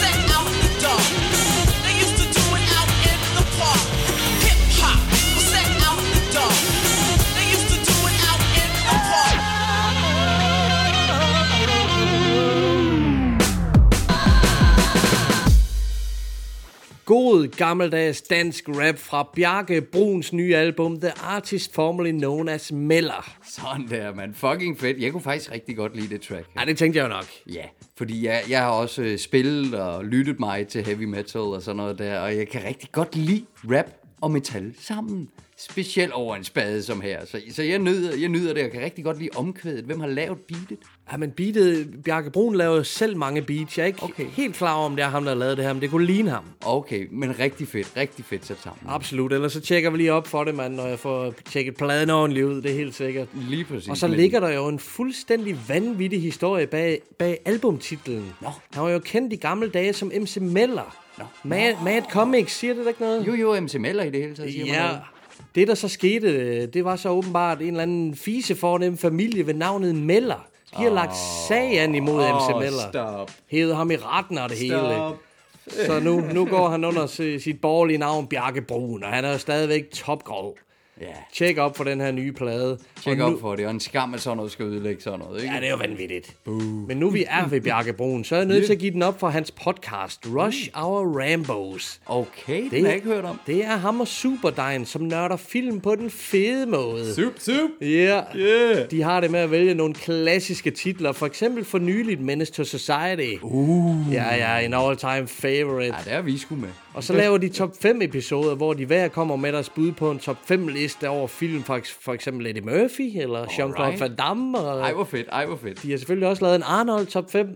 Speaker 15: set out the door They used to do it out in the park Hip-hop, set out the door They used to do it out in the park
Speaker 4: God gammeldags dansk rap fra Bjarke Bruns nye album, The Artist Formerly Known as Meller.
Speaker 5: Sådan der, man. Fucking fedt. Jeg kunne faktisk rigtig godt lide det track.
Speaker 4: Ja, det tænkte jeg jo nok.
Speaker 5: Ja, fordi jeg, jeg har også øh, spillet og lyttet mig til heavy metal og sådan noget der, og jeg kan rigtig godt lide rap og metal sammen. Specielt over en spade som her. Så, så jeg, nyder, jeg nyder det, og kan rigtig godt lide omkvædet. Hvem har lavet beatet?
Speaker 4: Ja, men beatet, Bjarke Brun lavede selv mange beats. Jeg er ikke okay. helt klar over, om det er ham, der lavede det her, men det kunne ligne ham.
Speaker 5: Okay, men rigtig fedt, rigtig fedt sat sammen.
Speaker 4: Absolut, ellers så tjekker vi lige op for det, mand, når jeg får tjekket pladen ordentligt ud, det er helt sikkert.
Speaker 5: Lige præcis.
Speaker 4: Og så
Speaker 5: men-
Speaker 4: ligger der jo en fuldstændig vanvittig historie bag, bag albumtitlen. Nå. Han var jo kendt i gamle dage som MC Meller. Nå. Mad, Mad Comics, siger det da ikke noget?
Speaker 5: Jo, jo, MC Meller i det hele taget, siger man
Speaker 4: ja.
Speaker 5: noget.
Speaker 4: Det, der så skete, øh, det var så åbenbart en eller anden fise fornem familie ved navnet Meller. De har oh. lagt sagen imod
Speaker 5: Åh,
Speaker 4: MC Meller.
Speaker 5: stop.
Speaker 4: Hævet ham i retten og det
Speaker 5: Stop.
Speaker 4: hele. Så nu, nu går han under si- sit borgerlige navn Bjarke Brun, og han er jo stadigvæk topgrov.
Speaker 5: Ja.
Speaker 4: Tjek op for den her nye plade.
Speaker 5: Tjek
Speaker 4: Og nu-
Speaker 5: op for det, og en skam, at sådan noget skal ødelægge sådan noget, ikke?
Speaker 4: Ja, det er jo vanvittigt. Men nu vi er ved Bjarke Brun, så er jeg nødt til at give den op for hans podcast, Rush Our Rambos.
Speaker 5: Okay, den har jeg ikke hørt om.
Speaker 4: Det er ham og Superdine, som nørder film på den fede måde.
Speaker 5: Sup, sup.
Speaker 4: Ja, yeah. de har det med at vælge nogle klassiske titler. For eksempel for nyligt Menace to Society. Uh. Ja, ja, en all-time favorite.
Speaker 5: Ja, det er vi sgu med.
Speaker 4: Og så laver de top 5 episoder, hvor de hver kommer med deres bud på en top 5 liste over film, for, eks- for eksempel Eddie Murphy, eller Jean-Claude
Speaker 5: Alright.
Speaker 4: Van Damme. Og
Speaker 5: Ej, hvor fedt, ej, hvor fedt.
Speaker 4: de har selvfølgelig også lavet en Arnold top
Speaker 5: [LAUGHS]
Speaker 4: 5.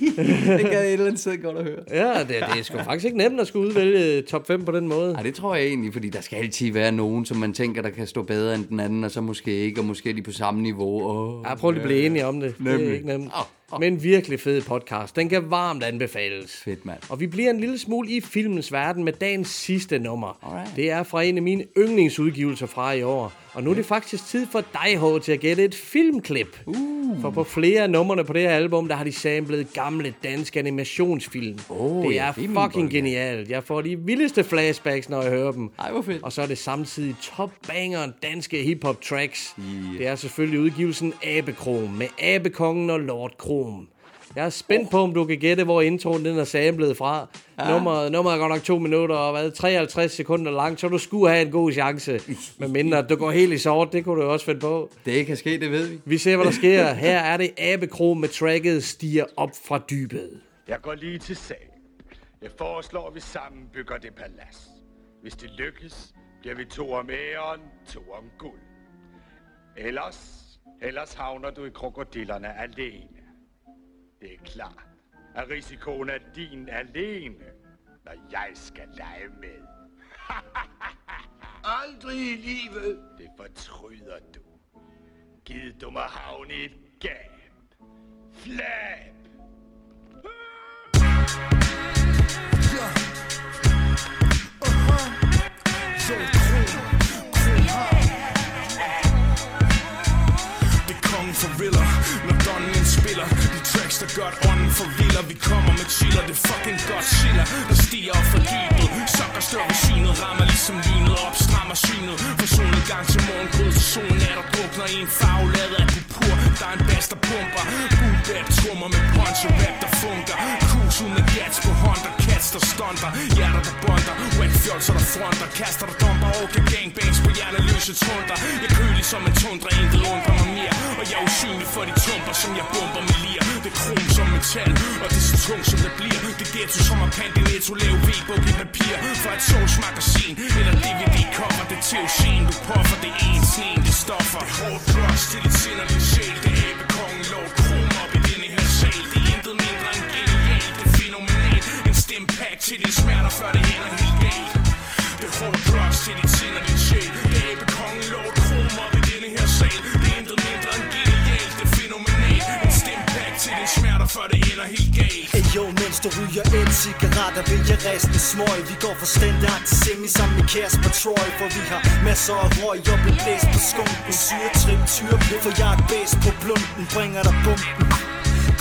Speaker 5: det kan jeg et eller andet sted godt at høre.
Speaker 4: Ja, det, det er sgu faktisk ikke nemt at skulle udvælge top 5 på den måde.
Speaker 5: Nej, det tror jeg egentlig, fordi der skal altid være nogen, som man tænker, der kan stå bedre end den anden, og så måske ikke, og måske er de på samme niveau. Oh,
Speaker 4: Ja, prøv lige at blive enige om det. Det er
Speaker 5: Nemlig.
Speaker 4: ikke nemt.
Speaker 5: Åh,
Speaker 4: Men virkelig fed podcast. Den kan varmt anbefales.
Speaker 5: Fedt, mand.
Speaker 4: Og vi bliver en lille smule i filmens verden med dagens sidste nummer. Alright. Det er fra en af mine yndlingsudgivelser fra i år. Og nu er det faktisk tid for dig, H, til at gætte et filmklip. Uh. For på flere af numrene på det her album, der har de samlet gamle danske animationsfilm. Oh, det
Speaker 5: ja,
Speaker 4: er
Speaker 5: det er min
Speaker 4: fucking
Speaker 5: bold, ja.
Speaker 4: genialt. Jeg får de vildeste flashbacks, når jeg hører dem.
Speaker 5: Ej, hvor fedt.
Speaker 4: Og så er det samtidig topbangeren danske hip-hop tracks. Yeah. Det er selvfølgelig udgivelsen Abekrom med Abekongen og Lord Krom. Jeg er spændt på, om du kan gætte, hvor introen den er samlet fra. Ja.
Speaker 5: Ja.
Speaker 4: Nummeret, nummeret er godt nok to minutter og hvad, 53 sekunder langt, så du skulle have en god chance. Men mindre du går helt i sort, det kunne du jo også finde på.
Speaker 5: Det kan ske, det ved vi.
Speaker 4: Vi ser, hvad der sker. Her er det Abekrom med tracket Stiger op fra dybet.
Speaker 18: Jeg går lige til sag. Jeg foreslår, at vi sammen bygger det palads. Hvis det lykkes, bliver vi to om æren, to om guld. Ellers, ellers havner du i krokodillerne alene. Det er klart, at risikoen er din alene, når jeg skal lege
Speaker 19: [LAUGHS]
Speaker 18: med. Aldrig i livet! Det fortryder du. Giv du mig havne i et gab. Flab!
Speaker 19: Det er kongen for riller, når donnen spiller De tracks, der gør at ånden for vilder Vi kommer med chiller, det er fucking Godzilla Der stiger op fra dybet Sokker slår ved synet, rammer ligesom lynet op Strammer synet, fra solnedgang til morgengrød Til solen er der drukner i en farve lavet af purpur Der er en bass, der pumper Boom bap trummer med poncho rap, der funker Cruise uden af gats på Honda Cats, der stunter Hjerter, der bonder Wack fjolser, der fronter Kaster, der dumper Og kan gangbangs på hjerneløse trunder Jeg kølig som en tundra, intet undrer mig mere Og jeg er usynlig for de tumper, som jeg bomber med lir Det er krum som metal, og det er så tungt som det bliver Det er ghetto som har pant i netto, lav V-bog i papir For et sovsmagasin, eller DVD-cover Det er teosin, du puffer, det er en sneen, det stoffer Det er hårdt drugs til dit sinderlige sjæl Det er æbekongen, lov krum op i denne her sal Det er intet mindre end genialt, det er fænomenalt En stimpak til dine smerter, før det ender helt galt det er hårdt drugs til dit sind og dit sjæl Det er æbekongen, lov krum op i denne her sal Det er intet mindre end genialt, det er fænomenalt En stimpak til dine smerter, før det ender helt galt
Speaker 20: Ey yo, mens du ryger en cigaretter vil jeg resten smøg Vi går fra standard til semi sammen med Kasper Troy For vi har masser af røg, jeg bliver blæst på skumpen Syretrip, tyrepil, for jeg er et bæst på blunten Bringer dig bumpen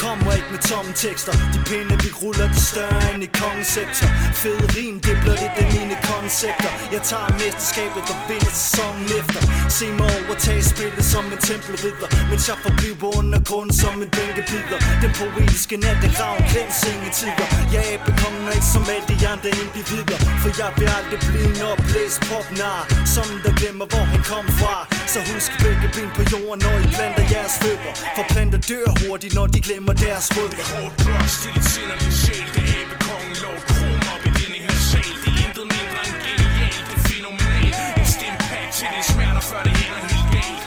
Speaker 20: Kommer ikke med tomme tekster De pinde vi ruller, de er større end i kongens sektor Fede rim, det bliver lidt af mine koncepter Jeg tager mesterskabet og vinder sæsonen efter Se mig overtage spillet som en tempelridder Mens jeg forbliver under grund som en bænkebider Den poetiske nat er graven kendt sengetider Jeg er bekommer ikke som alle de andre individer For jeg vil aldrig blive en oplæst popnar Som der glemmer hvor han kom fra Så husk begge ben på jorden når I planter jeres fødder For planter dør hurtigt når de glemmer deres rødder
Speaker 19: Hårdt drugs til dit sind og din sjæl Det er æbekongen, lov krom op i denne her sal Det er intet mindre end genialt, det er fænomenalt En stimpak til dine smerter, før det ender helt galt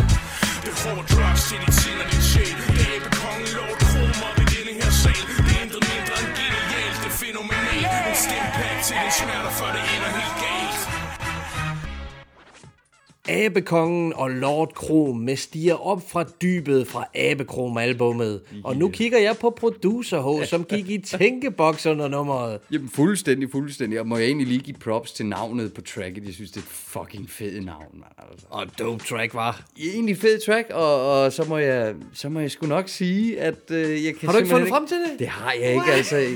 Speaker 19: Det er hårdt drugs til dit sind og din sjæl Det er æbekongen, lov krom op i denne her sal Det er intet mindre end genialt, det er fænomenalt En stimpak til dine smerter, før det ender helt galt
Speaker 4: Abekongen og Lord Krom med stiger op fra dybet fra Abekrom-albummet. Og nu kigger jeg på producer H,
Speaker 5: [LAUGHS]
Speaker 4: som gik i tænkeboks under nummeret.
Speaker 5: Jamen fuldstændig, fuldstændig. Og må jeg egentlig lige give props til navnet på tracket. Jeg synes, det er et fucking fedt navn, mand. Altså.
Speaker 4: Og dope track, var.
Speaker 5: Egentlig fed track, og, og så, må jeg, så må jeg sgu nok sige, at øh, jeg kan
Speaker 4: Har du ikke
Speaker 5: simpelthen
Speaker 4: fundet frem til det?
Speaker 5: Det har jeg ikke, altså.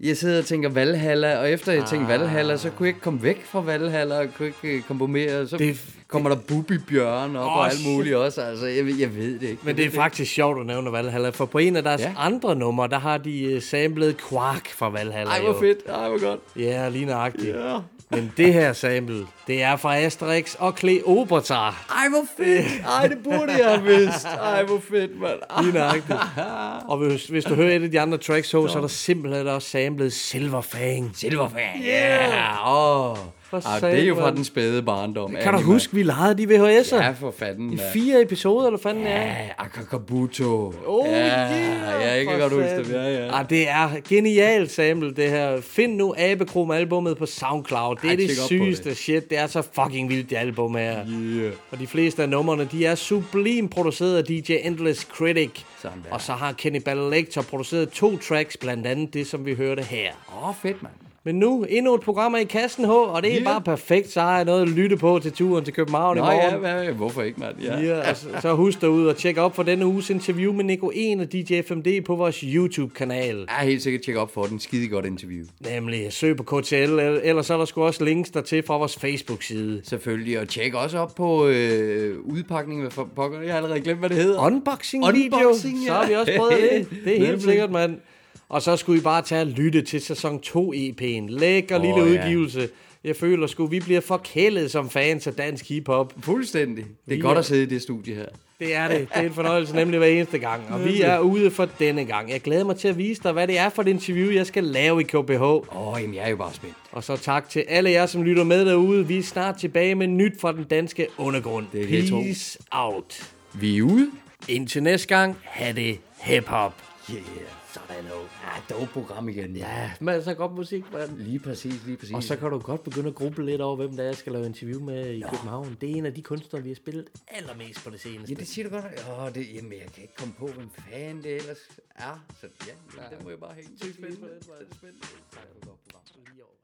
Speaker 5: Jeg sidder og tænker Valhalla, og efter jeg
Speaker 4: Ah.
Speaker 5: tænkte Valhalla, så kunne jeg ikke komme væk fra Valhalla, og kunne ikke øh, komponere, og så det, kommer der Bubi Bjørn op
Speaker 4: Åh,
Speaker 5: oh, og alt muligt
Speaker 4: shit.
Speaker 5: også. Altså, jeg, jeg ved det ikke.
Speaker 4: Men det er faktisk sjovt at nævne Valhalla, for på en af deres ja.
Speaker 5: Ja.
Speaker 4: andre numre, der har de øh, samlet Quark fra Valhalla.
Speaker 5: Ej, hvor
Speaker 4: jo.
Speaker 5: fedt. Ej, hvor godt.
Speaker 4: Ja, lige nøjagtigt.
Speaker 5: Ja.
Speaker 4: Men det her sample, det er fra Asterix og Cleopatra.
Speaker 5: Ej, hvor fedt. Ej, det burde jeg have vidst. Ej, hvor fedt, mand.
Speaker 4: [LAUGHS]
Speaker 5: Ej.
Speaker 4: Lige nøjagtigt. Og hvis, hvis du hører et af de andre tracks, så, så er der simpelthen også samlet Silverfang.
Speaker 5: Silverfang,
Speaker 4: yeah! yeah. Oh.
Speaker 5: Ah, det er jo fra den spæde barndom.
Speaker 4: Kan du huske, vi legede de VHS'er?
Speaker 5: Ja, for fanden.
Speaker 4: I
Speaker 5: da.
Speaker 4: fire episoder, eller fanden det er?
Speaker 5: Ja, Akakabuto.
Speaker 4: Oh,
Speaker 5: ja,
Speaker 4: yeah,
Speaker 5: ja, jeg kan
Speaker 4: for
Speaker 5: godt huske det.
Speaker 4: satan.
Speaker 5: Ja, ja.
Speaker 4: Ah, det er genialt, Samuel, det her. Find nu Abekrom albummet på SoundCloud. Det er
Speaker 5: Ej,
Speaker 4: det
Speaker 5: tjek op på
Speaker 4: sygeste shit. Det er så fucking vildt, det album her.
Speaker 5: Yeah.
Speaker 4: Og de fleste af numrene, de er sublim produceret af DJ Endless Critic.
Speaker 5: Sådan der.
Speaker 4: Og så har Kenny Ballector produceret to tracks, blandt andet det, som vi hørte her.
Speaker 5: Åh, oh, fedt, mand.
Speaker 4: Men nu endnu et program er i kassen, H, og det er
Speaker 5: Yeah.
Speaker 4: bare perfekt. Så har jeg noget at lytte på til turen til København i
Speaker 5: Nå
Speaker 4: morgen.
Speaker 5: ja, hvad, hvorfor ikke, mand?
Speaker 4: Ja.
Speaker 5: Ja.
Speaker 4: og så- så husk derude og tjek op for denne uges interview med Nico 1 og DJ FMD på vores YouTube-kanal.
Speaker 5: Ja, helt sikkert tjek op for den. Skide godt interview.
Speaker 4: Nemlig søg på KTL, el- ellers er der sgu også links dertil fra vores Facebook-side.
Speaker 5: Selvfølgelig, og tjek også op på øh, udpakningen. Hvad for pokker, jeg har allerede glemt, hvad det hedder.
Speaker 4: Unboxing-video,
Speaker 5: Unboxing, ja.
Speaker 4: så har vi også prøvet
Speaker 5: [LAUGHS]
Speaker 4: det. Det er
Speaker 5: Nemlig.
Speaker 4: helt sikkert, mand. Og så skulle I bare tage og lytte til sæson 2 EP'en. Lækker oh,
Speaker 5: Åh,
Speaker 4: lille
Speaker 5: ja.
Speaker 4: udgivelse. Jeg føler sgu, vi bliver forkælet som fans af dansk hiphop.
Speaker 5: Fuldstændig. Det er
Speaker 4: Vi
Speaker 5: godt
Speaker 4: er-
Speaker 5: at sidde i det studie her.
Speaker 4: Det er det. Det er en fornøjelse nemlig hver eneste gang. Og vi er ude for denne gang. Jeg glæder mig til at vise dig, hvad det er for et interview, jeg skal lave i KBH.
Speaker 5: Åh, oh, jamen jeg er jo bare spændt.
Speaker 4: Og så tak til alle jer, som lytter med derude. Vi er snart tilbage med nyt fra den danske undergrund. Det
Speaker 5: er det, jeg
Speaker 4: Peace out.
Speaker 5: Vi er ude.
Speaker 4: Indtil næste gang, have det hip-hop.
Speaker 5: Yeah, sådan noget. Ah, dog program igen. Ja,
Speaker 4: Men så altså godt musik, mand.
Speaker 5: lige præcis, lige præcis.
Speaker 4: Og så kan du godt begynde at gruble lidt over, hvem der er, jeg skal lave interview med i København. Det er en af de kunstnere, vi har spillet allermest på det seneste.
Speaker 5: Ja, det siger du godt. Åh, oh, det, jamen, jeg kan ikke komme på, hvem fanden det ellers er. Så ja, ja. det må jeg bare hænge til. Det er spændende. Det er spændende. Tak for et godt program. Lige over.